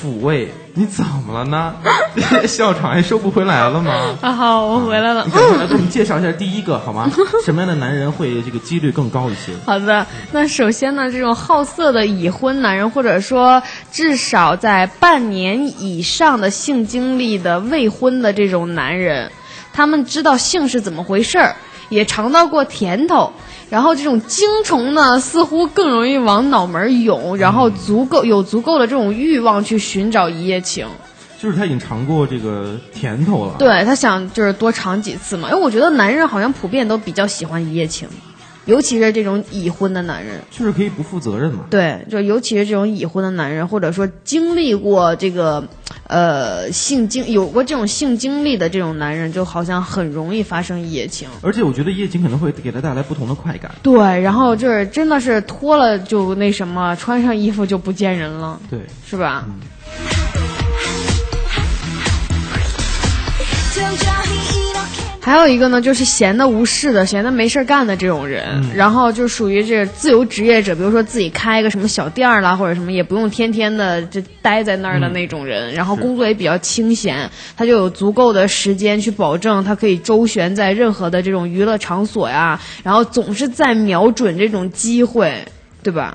C: 抚慰。你怎么了呢？ 笑场还收不回来了 吗？
D: 啊，好，我回来了
C: 你。赶快来给我们介绍一下第一个好 吗？什么样的男人会这个几率更高一些？
D: 好的，那首先呢，这种好色的已婚男人，或者说至少在半年以上的性经历的未婚的这种男人，他们知道性是怎么回事儿，也尝到过甜头。然后这种精虫呢，似乎更容易往脑门儿涌，然后足够有足够的这种欲望去寻找一夜情。
C: 就是他已经尝过这个甜头了。
D: 对他想就是多尝几次嘛，因为我觉得男人好像普遍都比较喜欢一夜情，尤其是这种已婚的男人。
C: 就是可以不负责任嘛。
D: 对，就尤其是这种已婚的男人，或者说经历过这个，呃，性经有过这种性经历的这种男人，就好像很容易发生一夜情。
C: 而且我觉得夜情可能会给他带来不同的快感。
D: 对，然后就是真的是脱了就那什么，穿上衣服就不见人了，
C: 对，
D: 是吧？
E: 정정히 이렇게
D: 还有一个呢，就是闲的无事的、闲的没事儿干的这种人，
C: 嗯
D: 然后就属于这自由职业者，比如说自己开个什么小店儿啦，或者什么，也不用天天的就待在那儿的
C: 嗯
D: 那种人，然后工作也比较清闲，他就有足够的时间去保证他可以周旋在任何的这种娱乐场所呀，然后总是在瞄准这种机会，对吧？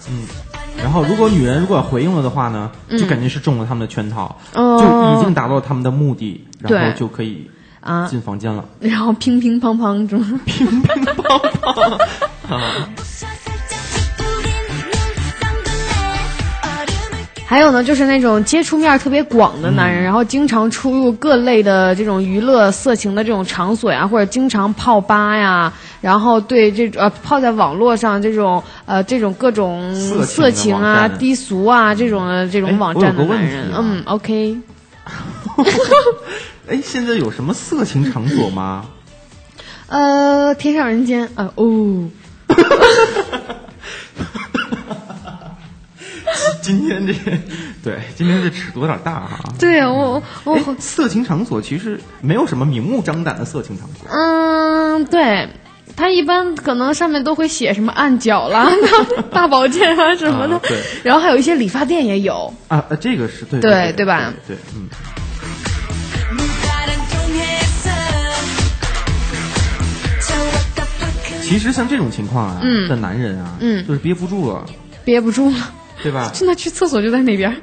C: 然后，如果女人如果回应了的话呢，就感觉是中了他们的圈套，
D: 嗯
C: 嗯
D: 哦
C: 就已经达到他们的目的，然
D: 对
C: 后就可以
D: 啊
C: 进房间 了。
D: 然后乒乒乓乓中。
C: 哦
D: 还有呢，就是那种接触面儿特别广的男人，
C: 嗯
D: 然后经常出入各类的这种娱乐色情的这种场所呀，或者经常泡吧呀，然后对这种呃泡在网络上这种呃这种各种
C: 色情的
D: 色情啊、
C: 网站
D: 低俗啊这种的这种
C: 哎
D: 网
C: 我有
D: 站的
C: 个问
D: 男人，
C: 题啊
D: 嗯，OK，
C: 哎，现在有什么色情场所吗？
D: 呃，天上人间啊、哦，
C: 今天这，对，今天这尺度有点大哈、
D: 对我我
C: 哎
D: 我，
C: 色情场所其实没有什么明目张胆的色情场所，
D: 嗯，对。他一般可能上面都会写什么按 脚啦、大保健啊什么的，
C: 啊对
D: 然后还有一些理发店也有，
C: 啊，呃这个是对
D: 对
C: 对
D: 对吧
C: 对，对嗯，
E: 눈가랑 통했어 저 what the fuck
C: 其实像这种情况啊，
D: 嗯
C: 的男人啊，
D: 嗯
C: 就是憋不住了，
D: 憋不住了，
C: 对
D: ？
C: 吧
D: 真的去厕所就在那边儿。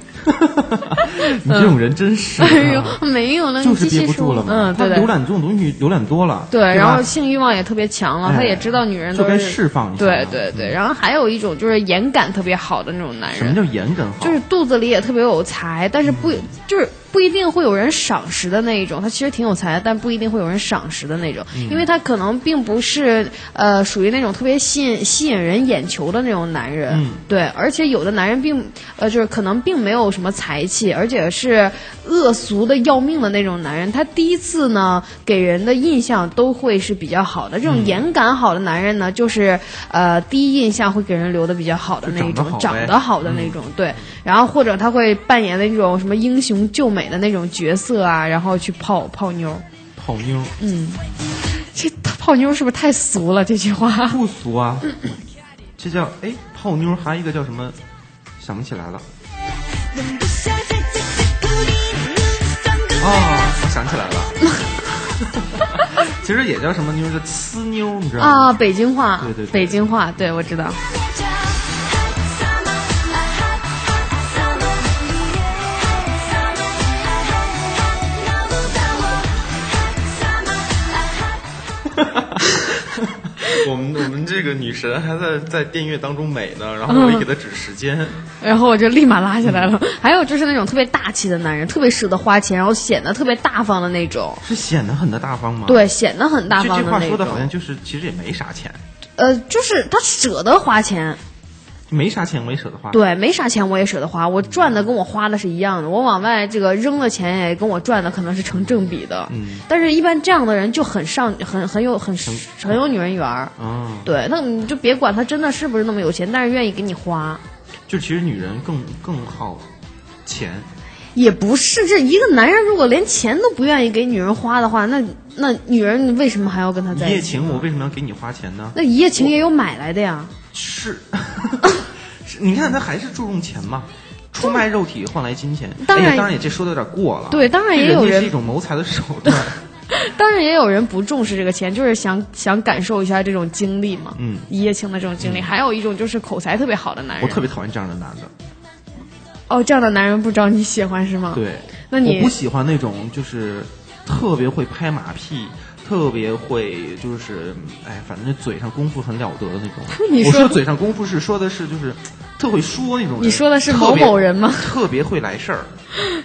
C: 你这种人真是、啊，
D: 哎呦，没有了，
C: 就
D: 你
C: 是
D: 继
C: 憋
D: 续
C: 不住
D: 说。
C: 了嘛。
D: 嗯，对
C: 他浏
D: 对。
C: 览这种东西，浏览多了，
D: 对，
C: 吧
D: 然后性欲望也特别强了，
C: 哎
D: 他也知道女人都
C: 就该
D: 是
C: 释放一下嗯
D: 对对对，然后还有一种就是颜感特别好的那种男
C: 什么
D: 人，
C: 叫颜感好？嗯
D: 就是肚子里也特别有才，但是不就是不一定会有人赏识的那一种。他其实挺有才的，但不一定会有人赏识的那种，
C: 嗯
D: 因为他可能并不是呃属于那种特别吸引吸引人眼球的那种男人。
C: 嗯
D: 对，而且有的男人并呃就是可能并没有什么才气，而且是恶俗的要命的那种男人。他第一次呢给人的印象都会是比较好的，
C: 嗯
D: 这种颜感好的男人呢，就是呃第一印象会给人留的比较好的那一种，
C: 就长得好呗嗯
D: 长得好的那种，对。然后或者他会扮演那种什么英雄救美的那种角色啊，然后去泡泡妞。
C: 泡妞，
D: 这泡妞是不是太俗了？这句话。
C: 不俗啊，这叫哎泡妞，还有一个叫什么？想不起来了。
E: 눈부셔 살짝씩 뿌린 눈
C: 哦，我想起来了。 其实也叫什么妞，叫呲妞，你知道 吗？
D: 啊，北京话，
C: 对对对
D: 北京话，对我知道。
C: 我们我们这个女神还在在电乐当中美呢，然后
D: 嗯
C: 我也给她指时间。
D: 然后我就立马拉起来了。还有就是那种特别大气的男人，特别舍得花钱，然后显得特别大方的那种，
C: 是显得很的大方吗？，
D: 对，显得很大
C: 这
D: 方
C: 句
D: 的
C: 话
D: 那
C: 说的
D: 种
C: 好。像就是其实也没啥钱，
D: 呃，就是他舍得花钱，
C: 没啥钱我也舍得花。
D: 对，没啥钱我也舍得花，我赚的跟我花的是一样的，我往外这个扔的钱也跟我赚的可能是成正比的。
C: 嗯
D: 但是，一般这样的人就很上，很很有很很有女人缘儿。
C: 啊，
D: 对，那你就别管他真的是不是那么有钱，但是愿意给你花。
C: 就其实女人更更好钱，
D: 也不是，这一个男人如果连钱都不愿意给女人花的话，那那女人为什么还要跟他
C: 一
D: 在
C: 夜
D: 一起？
C: 情我为什么要给你花钱呢？
D: 那一夜情也有买来的呀，
C: 是， 是你看他还是注重钱嘛，出卖肉体换来金钱。
D: 当然
C: 哎呀当然也这说的有点过了。
D: 对当然也
C: 这
D: 有
C: 人家
D: 人
C: 是一种谋财的手段。
D: 当然也有人不重视这个钱，就是想想感受一下这种经历嘛。
C: 嗯
D: 一夜情的这种经历，还有一种就是口才特别好的男人。
C: 我特别讨厌这样的男的。
D: 哦，这样的男人不知道你喜欢是吗？，
C: 对，
D: 那你
C: 我不喜欢那种就是特别会拍马屁。特别会就是，哎，反正嘴上功夫很了得的那种。
D: 你
C: 我
D: 说
C: 说嘴上功夫是说的是就是特会说那种人。
D: 你说的是
C: 特别
D: 某某人吗
C: 特别会来事儿，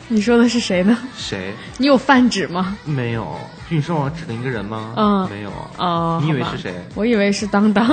D: 你说的是谁呢？
C: 谁？
D: 你有泛指吗？
C: 没有，就你知道我指的一个人吗？
D: 嗯
C: 没有。
D: 哦，
C: 你以为
D: 好吧
C: 是谁？
D: 我以为是当当。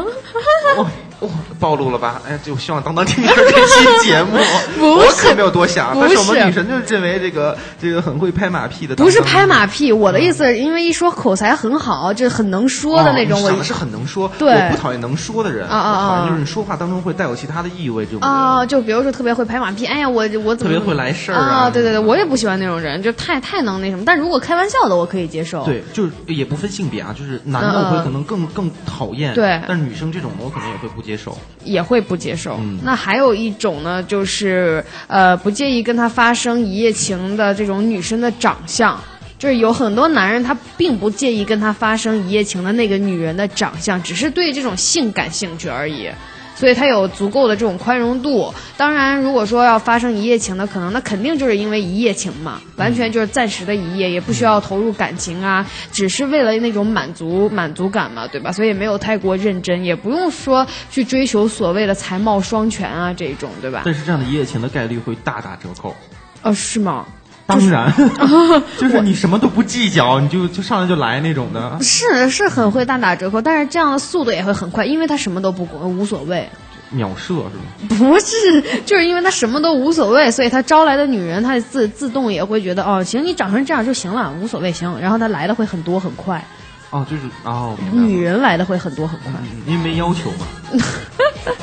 C: 哦，哇、暴露了吧？哎，就希望当当听一下这 期节目。
D: 不
C: 我
D: 是
C: 可没有多想，啊
D: 不
C: 但是我
D: 是
C: 们女神就认为这个这个很会拍马屁的当当，嗯
D: 不是拍马屁，我的意思，因为一说口才很好，就是很能说的那
C: 哦
D: 种，
C: 你
D: 我
C: 长得是很能说，
D: 对
C: 我不讨厌能说的人，
D: 啊啊啊
C: 我讨厌就是你说话当中会带有其他的意味，这种人
D: 啊，就比如说特别会拍马屁，哎呀，我我怎么
C: 特别会来事儿啊
D: 啊？对对对，我也不喜欢那种人，就太太能那什么。但如果开玩笑的，我可以接受。
C: 对，就是也不分性别啊，就是男的
D: 嗯嗯
C: 我会可能更更讨厌，
D: 对啊
C: 但是女生这种的我可能也会不接受。
D: 也会不接受。
C: 嗯
D: 那还有一种呢，就是呃不介意跟他发生一夜情的这种女生的长相。就是有很多男人，他并不介意跟他发生一夜情的那个女人的长相，只是对这种性感兴趣而已，所以他有足够的这种宽容度。当然，如果说要发生一夜情的可能，那肯定就是因为一夜情嘛，完全就是暂时的一夜，也不需要投入感情啊，只是为了那种满足满足感嘛，对吧？所以没有太过认真，也不用说去追求所谓的才貌双全啊这种，对吧？
C: 但是这样的一夜情的概率会大打折扣。
D: 哦，是吗？
C: 当 然，就是你什么都不计较，你就就上来就来那种的。
D: 是是很会大打折扣，但是这样的速度也会很快，因为他什么都不顾无所谓。
C: 秒射是吗？
D: 不是，就是因为他什么都无所谓，所以他招来的女人，他自自动也会觉得哦，行，你长成这样就行了，无所谓，行。然后他来的会很多很快，
C: 哦，就是哦，明白了
D: 女人来的会很多很快。
C: 嗯因为没要求嘛。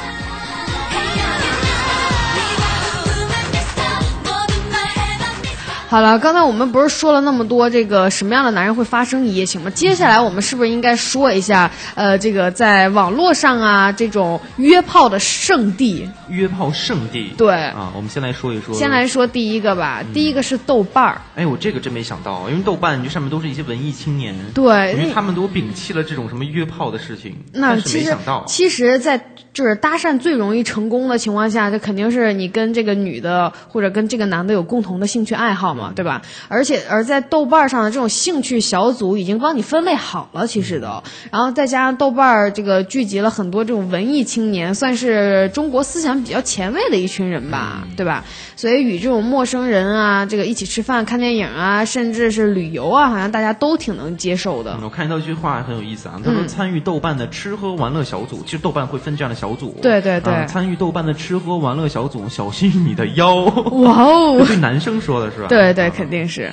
D: 好了，刚才我们不是说了那么多这个什么样的男人会发生一夜情吗？接下来我们是不是应该说一下，呃，这个在网络上啊这种约炮的圣地？
C: 约炮圣地，
D: 对
C: 啊，我们先来说一说。
D: 先来，说第一个吧，第一个是豆瓣儿。
C: 哎，我这个真没想到，因为豆瓣就上面都是一些文艺青年，
D: 对
C: 因为
D: 哎那
C: 他们都摒弃了这种什么约炮的事情，
D: 那
C: 但是
D: 其
C: 没
D: 实
C: 想到，
D: 其实，在就是搭讪最容易成功的情况下，这肯定是你跟这个女的或者跟这个男的有共同的兴趣爱好嘛，对吧？
C: 嗯
D: 而且而在豆瓣上的这种兴趣小组已经帮你分类好了，其实
C: 嗯
D: 都，然后再加上豆瓣儿这个聚集了很多这种文艺青年，算是中国思想比较前卫的一群人吧，
C: 嗯
D: 对吧？所以与这种陌生人啊，这个一起吃饭、看电影啊，甚至是旅游啊，好像大家都挺能接受的。
C: 嗯我看到一句话很有意思
D: 嗯
C: 啊，他说参与豆瓣的吃喝玩乐小组，其实豆瓣会分这样的小组，
D: 对对对
C: 啊参与豆瓣的吃喝玩乐小组，小心你的腰。
D: 哇哦
C: 这！对男生说的是吧？
D: 对对，
C: 啊
D: 肯定是。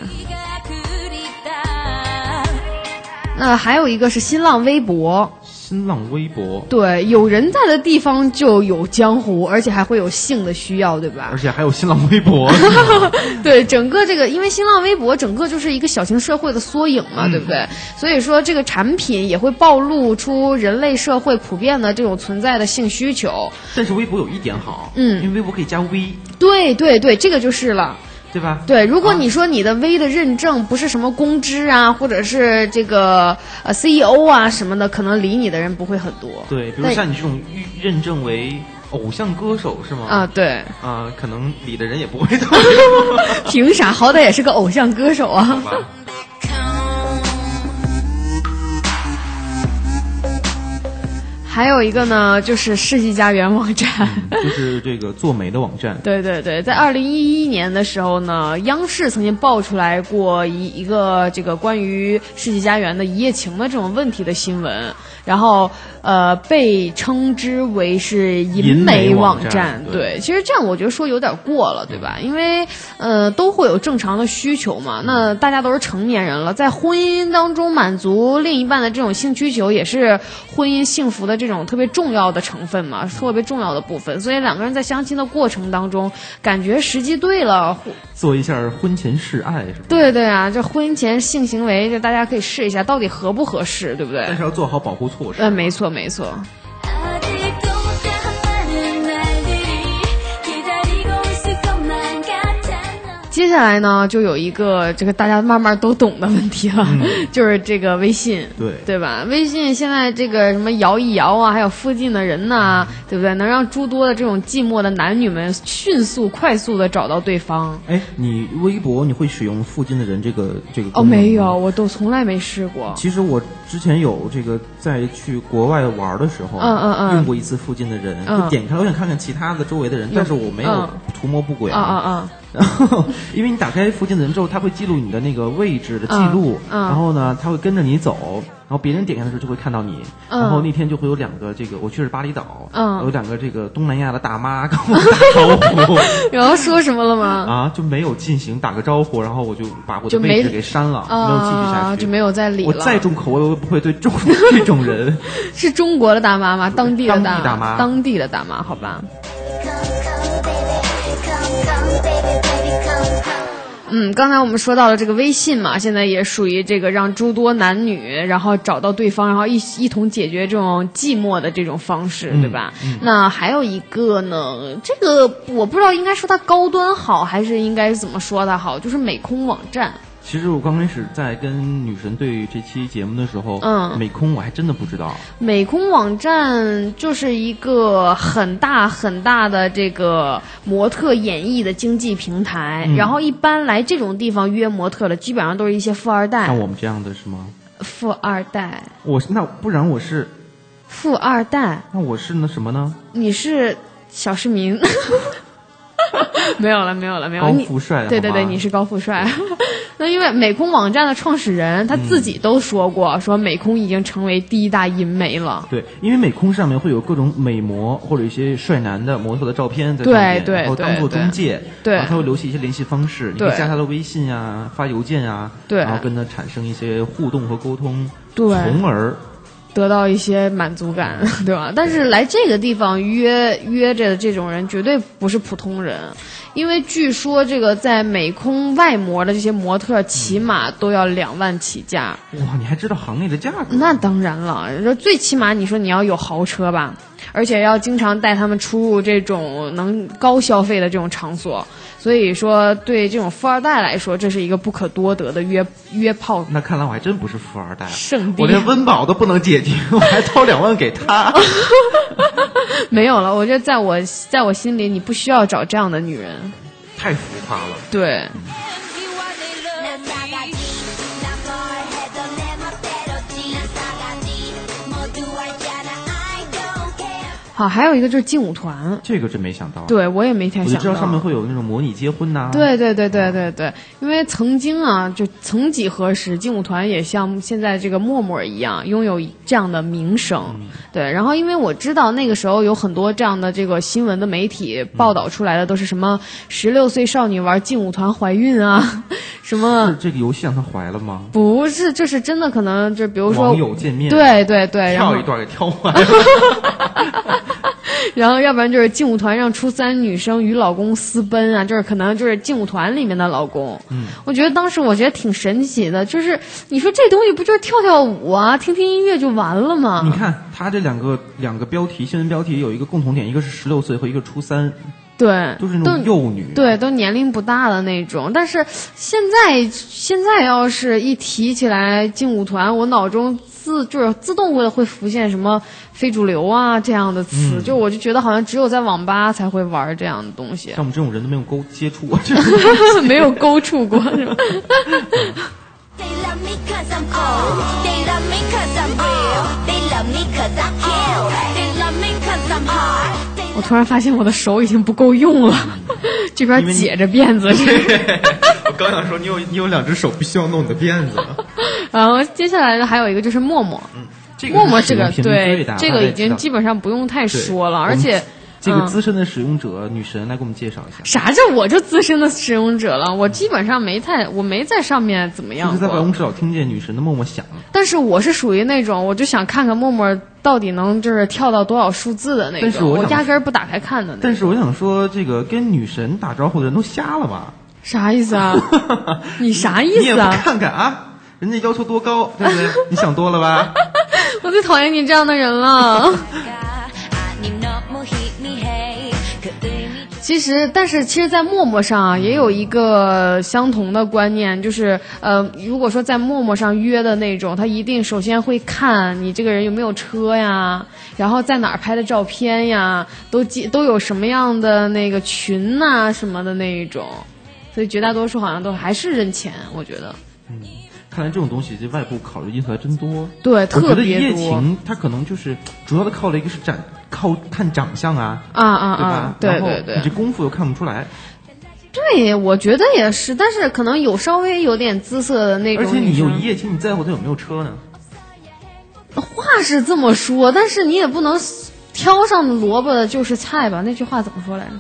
D: 那还有一个是新浪微博，
C: 新浪微博，
D: 对，有人在的地方就有江湖，而且还会有性的需要，对吧
C: 而？且还有新浪微 博，是吗
D: 对，整个这个，因为新浪微博整个就是一个小型社会的缩影
C: 嗯
D: 嘛，对不对？所以说这个产品也会暴露出人类社会普遍的这种存在的性需求。
C: 但是微博有一点好，
D: 嗯
C: 因为微博可以加 V，
D: 对对对，这个就是了。
C: 对吧？
D: 对，如果你说你的 V 的认证不是什么公知啊，或者是这个呃 CEO 啊什么的，可能理你的人不会很多。
C: 对，比如
D: 那
C: 像你这种认证为偶像歌手是吗？
D: 啊，对，
C: 啊，可能理的人也不会特 别
D: 凭啥？好歹也是个偶像歌手啊。
C: 多吧。
D: 还有一个呢，就是世纪佳缘网站。
C: 嗯就是这个做媒的网站，
D: 对对对，在二零一一年的时候呢，央视曾经爆出来过一一个这个关于世纪佳缘的一夜情的这种问题的新闻，然后呃被称之为是银
C: 银
D: 媒
C: 媒
D: 网
C: 网
D: 站。
C: 站
D: 对嗯
C: 对
D: 其实这样我觉得说有点过了，对吧？因为呃都会有正常的需求嘛，那大家都是成年人了，在婚姻当中满足另一半的这种性需求，也是婚姻幸福的这种特别重要的成分嘛，特别重要的部分。所以两个人在相亲的过程当中，感觉时机对了，或
C: 做一下婚前示爱是吧？
D: 对对啊，这婚前性行为，这大家可以试一下，到底合不合适，对不对
C: 但？是要做好保护措施。
D: 呃，没错没错。
E: 아직도 가만한 날들이 기다리고 있을 것만 같아
D: 接下来呢，就有一个这个大家慢慢都懂的问题了， 就是这个微信，
C: 嗯对
D: 对吧？微信现在这个什么摇一摇啊，还有附近的人呐、
C: 嗯
D: 对不对？能让诸多的这种寂寞的男女们迅速、快速的找到对方。
C: 哎，你微博你会使用附近的人这个这个
D: 哦，
C: 功能吗
D: 没有，。我都从来没试过。
C: 其实我之前有这个在去国外玩的时候，啊
D: 嗯嗯嗯
C: 用过一次附近的人，
D: 嗯
C: 就点开了，我想看看其他的周围的人，但是我没有
D: 嗯
C: 图谋不轨
D: 啊啊啊！
C: 然后，因为你打开附近的人之后，它会记录你的那个位置的记录，
D: 嗯嗯
C: 然后呢，它会跟着你走，然后别人点开的时候就会看到你，
D: 嗯
C: 然后那天就会有两个这个，我去的是巴厘岛，
D: 嗯
C: 有两个这个东南亚的大妈跟我打 招呼，
D: 然后说什么了吗？
C: 啊，就没有进行打个招呼，然后我就把我的
D: 就没
C: 位置给删了， 没有继续下
D: 啊，
C: 去，
D: 就没有再理
C: 我
D: 了。
C: 再重口味，我也不会对中这种人。
D: 是中国的大妈吗？当地的
C: 当地大妈
D: 当地的大妈，好吧。嗯，刚才我们说到了这个微信嘛，现在也属于这个让诸多男女然后找到对方，然后一一同解决这种寂寞的这种方式，
C: 嗯
D: 对吧？那还有一个呢，这个我不知道应该说它高端好，还是应该怎么说它好，就是美空网站。
C: 其实我刚开始在跟女神对这期节目的时候，
D: 嗯
C: 美空我还真的不知道，
D: 美空网站就是一个很大很大的这个模特演艺的经济平台，
C: 嗯
D: 然后一般来这种地方约模特的，基本上都是一些富二代
C: 像、我们这样的是吗？
D: 富二代、
C: 我是那不然我是
D: 富二代。
C: 那我是那什么呢？
D: 你是小 市民，没有了，没有了，没有
C: 高
D: 了你。
C: 富帅
D: 对对对，
C: 好吗
D: 你是高 富帅。那因为美空网站的创始人他自己都说过，
C: 嗯
D: 说美空已经成为第一大银媒了。
C: 对，因为美空上面会有各种美模或者一些帅男的模特的照片在上
D: 对
C: 面，
D: 对
C: 然后
D: 对
C: 当做
D: 对
C: 中介，
D: 对
C: 然后他会留下一些联系方式，你可以
D: 对
C: 加他的微信啊，发邮件啊，
D: 对
C: 然后跟他产生一些互动和沟通，
D: 对
C: 从而
D: 得到一些满足感， 对吧？但是来这个地方约约着的这种人，绝对不是普通人，因为据说这个在美空外模的这些模特，起码都要两万起价。
C: 哇，你还知道行内的价格？
D: 那当然了，说最起码你说你要有豪车吧，而且要经常带他们出入这种能高消费的这种场所，所以说对这种富二代来说，这是一个不可多得的约约炮
C: 那看来我还真不是富二代，啊
D: 圣地。
C: 我连温饱都不能解决，我还掏两万给他。
D: 没有了，我觉得在我在我心里，你不需要找这样的女人。
C: 太浮夸了。
D: 对，
E: 난 사가지 난뭘 해도 내 맘대로지 난 사가지 모두 알잖아 I don't care
D: 好，还有一个就是劲舞团，
C: 这个真没想到，
D: 对我也没太
C: 我就
D: 想到。
C: 知道上面会有那种模拟结婚呐、，
D: 对对对对对对，因为曾经啊，就曾几何时，劲舞团也像现在这个陌陌一样，拥有这样的名声。
C: 嗯
D: 对，然后因为我知道那个时候有很多这样的这个新闻的媒体报道出来的，都是什么十六岁少女玩劲舞团怀 孕啊，什
C: 是
D: 么
C: 这个游戏让他怀了吗？
D: 不是，就是真的可能就比如说
C: 网友见面，，
D: 对对对，然后
C: 跳一段给跳 坏了。
D: 然后要不然就是劲舞团让初三女生与老公私奔啊，就是可能就是劲舞团里面的老公。嗯，我觉得当时我觉得挺神奇的，就是你说这东西不就是跳跳舞啊，听听音乐就完了吗？
C: 你看他这两个两个标题，新闻标题有一个共同点，一个是十六岁和一个初三，
D: 对，
C: 都是那
D: 都
C: 种幼女。，
D: 对，都年龄不大的那种。但是现在现在要是一提起来劲舞团，我脑中自就是自动会会浮现什么非主流啊这样的词，
C: 嗯
D: 就我就觉得好像只有在网吧才会玩这样的东西。
C: 像我们这种人都没有勾接触 过，就是
D: 没有勾触过，是吧？
E: They love me cause I'm cool They love me cause I'm real They love me cause I kill They love me cause I'm hard They
D: 我突然发现我的手已经不够用了，
C: 嗯
D: 这边解着辫 子，
C: 我刚想说你有你有两只手必须要弄你的辫子，
D: 然后接下来的还有一个就是陌陌，
C: 嗯这个
D: 陌陌
C: 是使
D: 这
C: 用
D: 个
C: 频率最
D: 对
C: 大，
D: 这
C: 大
D: 个
C: 家也
D: 已经
C: 知道
D: 基本上不用太说了，
C: 对
D: 而且
C: 我们这个
D: 嗯
C: 资深的使用者女神来给我们介绍一下。
D: 啥叫我这资深的使用者了？我基本上没太，我没在上面怎么
C: 就
D: 样
C: 是在办
D: 过
C: 公，室老听见女神的默默响，
D: 但是我是属于那种，我就想看看陌陌到底能就是跳到多少数字的那
C: 但是
D: 种，
C: 我
D: 我
C: 想
D: 压根儿不打开看的那种。
C: 但是我想说，这个跟女神打招呼的人都瞎了吧？
D: 啥意 思啊？你啥意
C: 你也
D: 思
C: 不
D: 啊？
C: 看看啊，人家要求多高，对不对？ 你想多了吧？
D: 我最讨厌你这样的人了。
E: 가 아님 너무 희미해 그 의미
D: 其实，但是其实，在陌陌上啊，也有一个相同的观念，就是呃，如果说在陌陌上约的那种，他一定首先会看你这个人有没有车呀，然后在哪儿拍的照片呀，都记都有什么样的那个群呐、什么的那一种，所以绝大多数好像都还是认钱，我觉得
C: 看来这种东西，这外部考虑因素还真多。
D: 对，
C: 我觉
D: 特
C: 得一
D: 别
C: 夜
D: 多
C: 情，它可能就是主要的靠了一个是长，靠看长相啊，
D: 啊啊
C: 对吧
D: 啊！！对
C: 然后
D: 对对
C: 你这功夫又看不出来，
D: 对，我觉得也是，但是可能有稍微有点姿色的那种
C: 而且
D: 女
C: 你有一
D: 生。
C: 夜情，你在乎他有没有车呢？
D: 话是这么说，但是你也不能挑上萝卜的就是菜吧？那句话怎么说来着？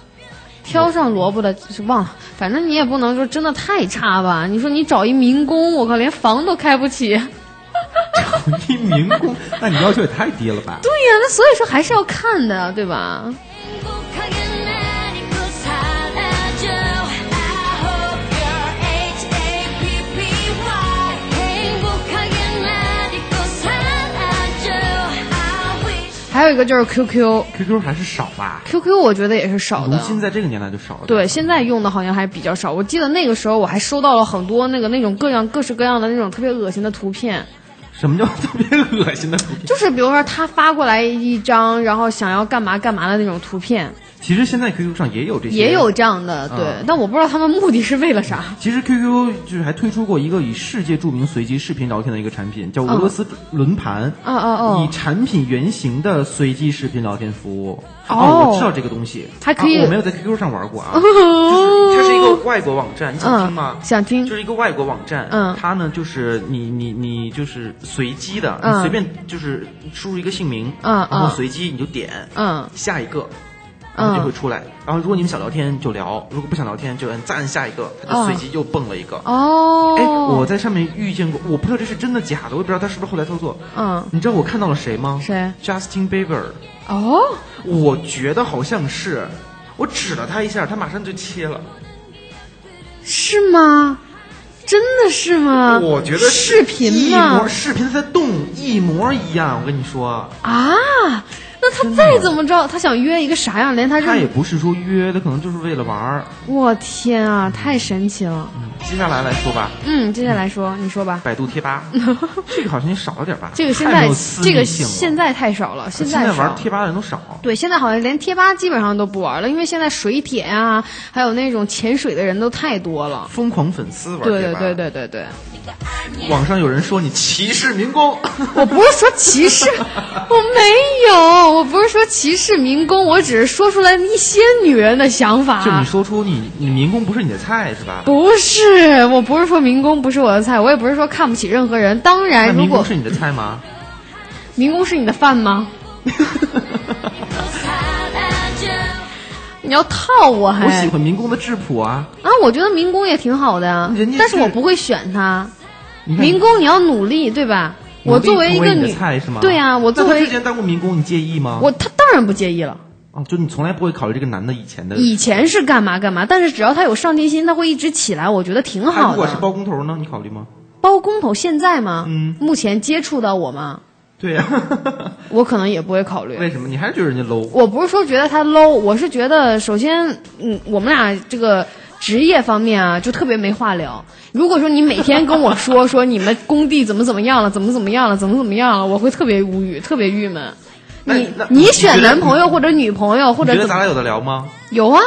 D: 挑上萝卜的是忘了，反正你也不能说真的太差吧？你说你找一民工，我靠，连房都开不起。 对呀、
H: 一民工，那你要求也太低了吧？
D: 那所以说还是要看的，对吧？
E: 행복하게 난 잊고 사라져 I hope you're H-A-P-P-Y 행복하게 난 잊고 사라져 I wish
D: 还有一个就是 QQ，QQ
C: QQ 还是少吧，
D: 我觉得也是少
C: 如
D: 的。
C: 今在这个年代就少了。
D: 对，现在用的好像还比较少。我记得那个时候我还收到了很多那个那种各样各式各样的那种特别恶心的图片，
C: 什么叫特别恶心的 图片？
D: 就是比如说他发过来一张，然后想要干嘛干嘛的那种图片，
C: 其实现在 QQ 上也有这些，
D: 也有。这样的。对，
C: 嗯
D: 但我不知道他们目的是为了啥。
C: 其实 QQ 就是还推出过一个以世界著名随机视频聊天的一个产品，叫俄罗斯轮盘。
D: 哦哦哦
C: 以产品原型的随机视频聊天服务。
D: 哦
C: 我知道这个东西，
D: 还可以
C: 啊我没有在 QQ 上玩过啊。就是它是一个外国网站，你想听吗？
D: 哦嗯想听
C: 就是一个外国网站，
D: 嗯
C: 它呢就是你你你就是随机的，
D: 嗯
C: 你随便就是输入一个姓名，
D: 嗯
C: 然后
D: 嗯
C: 随机你就点，
D: 嗯
C: 下一个，
D: 嗯
C: 然后就会出来。然后如果你们想聊天就聊，如果不想聊天就按再按下一个，它就随机又蹦了一个。
D: 哦，
C: 哎，我在上面遇见过，我不知道这是真的假的，我也不知道他是不是后来操作。
D: 嗯
C: 你知道我看到了谁吗？
D: 谁
C: ？Justin Bieber。
D: 哦，
C: 我觉得好像是，我指了他一下，他马上就切了。
D: 是吗？真的是吗？
C: 我觉得
D: 啊视频
C: 一
D: 吗
C: 模？视频他在动，一模一样。我跟你说，
D: 啊，那他再怎么着，他想约一个啥样，连他
C: 他也
D: 认，
C: 不是说约，他可能就是为了玩儿。
D: 我天啊，太神奇了。
C: 接下来来说吧，
D: 嗯，接下来说，你说吧。
C: 百度贴 吧，这个好像也少了点吧？
D: 这个现
C: 太没
D: 在
C: 有私
D: 这个
C: 密性了
D: 现在太少了，现
C: 现在
D: 少
C: 玩贴吧的人都少。
D: 对，现在好像连贴吧基本上都不玩了，因为现在水帖啊，还有那种潜水的人都太多了。
C: 疯狂粉丝玩
D: 对
C: 贴
D: 对
C: 吧，
D: 对对对对，
C: 对，网上有人说你歧视民工，
D: 我不是说歧 视，我没有，我不是说歧视民工，我只是说出来一些女人的想法。
C: 就你说出你你民工不是你的菜是吧？
D: 啊不是，我不是说民工不是我的菜，我也不是说看不起任何人。当
C: 那
D: 然，哎如
C: 民工
D: 果
C: 是你的菜 吗？
D: 民工是你的饭吗？
E: 사라져
D: 你要套我还？
C: 我喜欢民工的质朴啊！
D: 啊，我觉得民工也挺好的呀
C: 人家，
D: 但是
C: 是
D: 我不会选他。
C: 你看
D: 民工你要努力，对吧？
C: 努力
D: 我作为一个
C: 成你
D: 女
C: 的，菜是吗？
D: 对呀、我
C: 那
D: 作
C: 他
D: 为
C: 之前当过民工，你介意吗？
D: 我他当然不介意了。
C: 哦，就你从来不会考虑这个男的以前的。
D: 以前是干嘛干嘛，但是只要他有上进心，他会一直起来，我觉得挺
C: 哎他如
D: 好
C: 果是
D: 的。
C: 包工头呢？你考虑吗？
D: 包工头现在吗？
C: 嗯
D: 目前接触到我吗？
C: 对呀、
D: 我可能也不会考虑。
C: 为什么？你还是觉得人家 low？
D: 我不是说觉得他 low，我是觉得首先，嗯，我们俩这个职业方面啊，就特别没话聊。如果说你每天跟我说说你们工地怎么怎么样了，怎么怎么样了，怎么怎么样了，我会特别无语，特别郁闷。
C: 那
D: 你
C: 那
D: 你
C: 你
D: 选
C: 觉得
D: 男朋友或者女朋友或
C: 你
D: 者
C: 觉得
D: 怎
C: 咱
D: 么
C: 俩有的聊吗？
D: 有啊？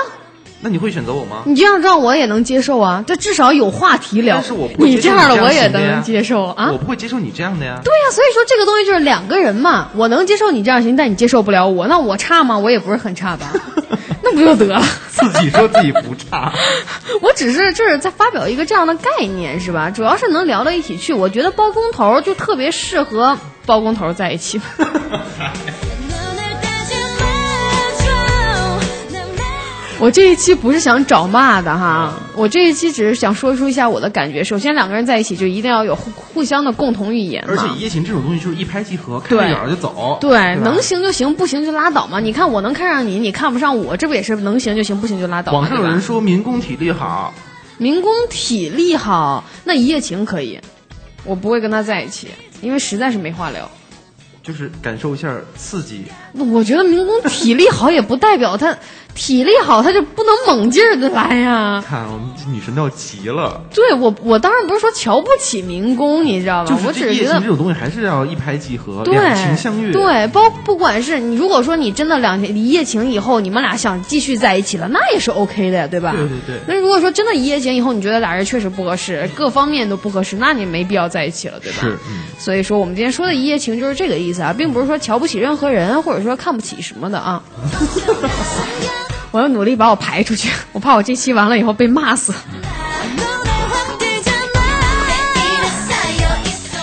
C: 那你会选择我吗？
D: 你这样让我也能接受啊，这至少有话题聊。
C: 但是我不会
D: 你
C: 接受
D: 样
C: 你
D: 的我也
C: 型的呀
D: 能接受啊。
C: 我不会接受你这样的呀。
D: 对呀、所以说这个东西就是两个人嘛，我能接受你这样行，但你接受不了我，那我差吗？我也不是很差 吧，那不就得了？
C: 自己说自己不差，
D: 我只是就是在发表一个这样的概念，是吧？主要是能聊到一起去，我觉得包工头就特别适合包工头在一起。
E: 눈을 뜨지 마줘 난 나-
D: 我这一期不是想找骂的哈，我这一期只是想说出一下我的感觉。首先，两个人在一起就一定要有互互相的共同语言嘛，
C: 而且一夜情这种东西就是一拍即合，开个眼儿就走。
D: 对，
C: 吧
D: 能行就行，不行就拉倒嘛。你看我能看上你，你看不上我，这不也是能行就行，不行就拉倒嘛。
C: 网上有
D: 对吧
C: 人说民工体力好，
D: 民工体力好，那一夜情可以，我不会跟他在一起，因为实在是没话聊。
C: 就是感受一下刺激。
D: 我觉得民工体力好也不代表他 体力好，他就不能猛劲儿的来呀。
C: 看我们这女神都要急了，
D: 对我，我当然不是说瞧不起民工，你知道吧？
C: 就是
D: 啊我
C: 这
D: 只是
C: 夜
D: 觉
C: 情
D: 得
C: 这种东西还是要一拍即合，
D: 对
C: 两情相悦。
D: 对，包不管是你，如果说你真的两天一夜情以后，你们俩想继续在一起了，那也是 OK 的呀，对吧？
C: 对对对
D: 那如果说真的一夜情以后，你觉得俩人确实不合适，各方面都不合适，那你没必要在一起了，对吧？
C: 是。嗯
H: 嗯
D: 所以说，我们今天说的一夜情就是这个意思啊，并不是说瞧不起任何人，或者说看不起什么的啊。 我要努力把我排出去，我怕我这期完了以后被骂死。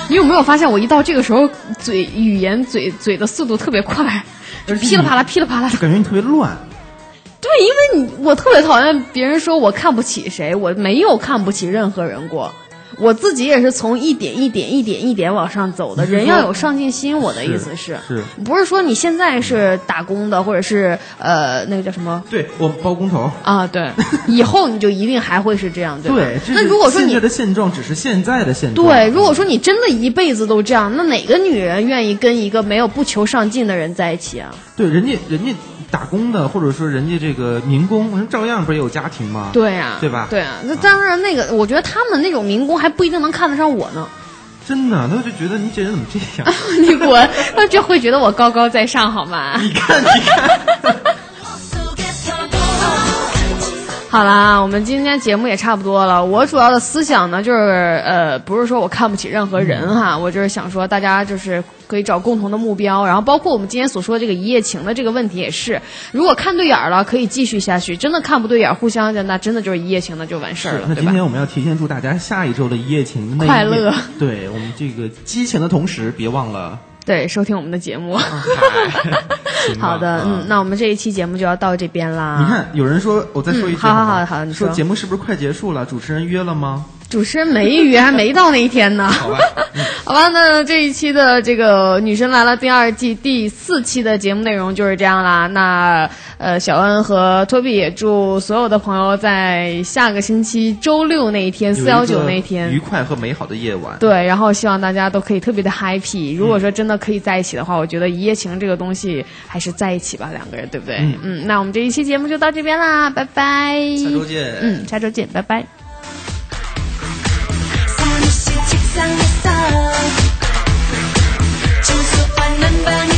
D: 你有没有发现，我一到这个时候，嘴语言嘴嘴的速度特别快，就是噼里啪啦噼里啪啦
H: 就。感觉你特别乱。
D: 对，因为你我特别讨厌别人说我看不起谁，我没有看不起任何人过。我自己也是从一点一点一点一点往上走的，人要有上进心。我的意思是，
H: 是
D: 不是说你现在是打工的，或者是呃那个叫什么
C: 对我包工头。
D: 啊？对，以后你就一定还会是这样，对吧？
C: 对，这
D: 那
C: 是
D: 如果说
C: 现
D: 你
C: 在的现状只是现在的现状，
D: 对，如果说你真的一辈子都这样，那哪个女人愿意跟一个没有不求上进的人在一起啊？
C: 对人家人家打工的，或者说人家这个民工，人照样不是有家庭吗？，
D: 对呀、
C: 对吧
D: 对啊，那当然，那个我觉得他们那种民工还不一定能看得上我呢。
C: 真的，他就觉得你这人怎么这 样？
D: 你滚！他就会觉得我高高在上，好吗？
C: 你看，你看，
D: 好啦，我们今天节目也差不多了。我主要的思想呢，就是呃，不是说我看不起任何人哈，我就是想说，大家就是可以找共同的目标，然后包括我们今天所说的这个一夜情的这个问题也是，如果看对眼儿了，可以继续下去；真的看不对眼儿，互相的那真的 就是一夜情，那就完事儿了，
C: 那
D: 对
C: 今
D: 吧？
C: 天我们要提前祝大家下一周的一夜情的那一
D: 快
C: 夜
D: 乐。
C: 对我们这个激情的同时，别忘 了
D: 对，收听我们的节目。
C: 啊吧
D: 好的，嗯，那我们这一期节目就要到这边啦。
C: 你看，有人说，我再说一句
D: 嗯好好
C: 吗
D: 好好你说
C: 说节目是不是快结束了？主持人约了吗？
D: 主持人没约，还没到那一天 呢。 好吧，那这一期的这个《女神来了》第二季第四期的节目内容就是这样啦。那呃，小恩和托比也祝所有的朋友在下个星期周六那一天，四幺九那一
C: 有一个愉
D: 天。
C: 快和美好的夜晚。
D: 对，然后希望大家都可以特别的 happy。如果说真的可以在一起的话，我觉得一夜情这个东西还是在一起吧，两个人对不对？嗯那我们这一期节目就到这边啦，拜拜。
C: 下周见。
D: 嗯，下周见，拜拜。
E: 사무실 책상에서 준수 없는 방에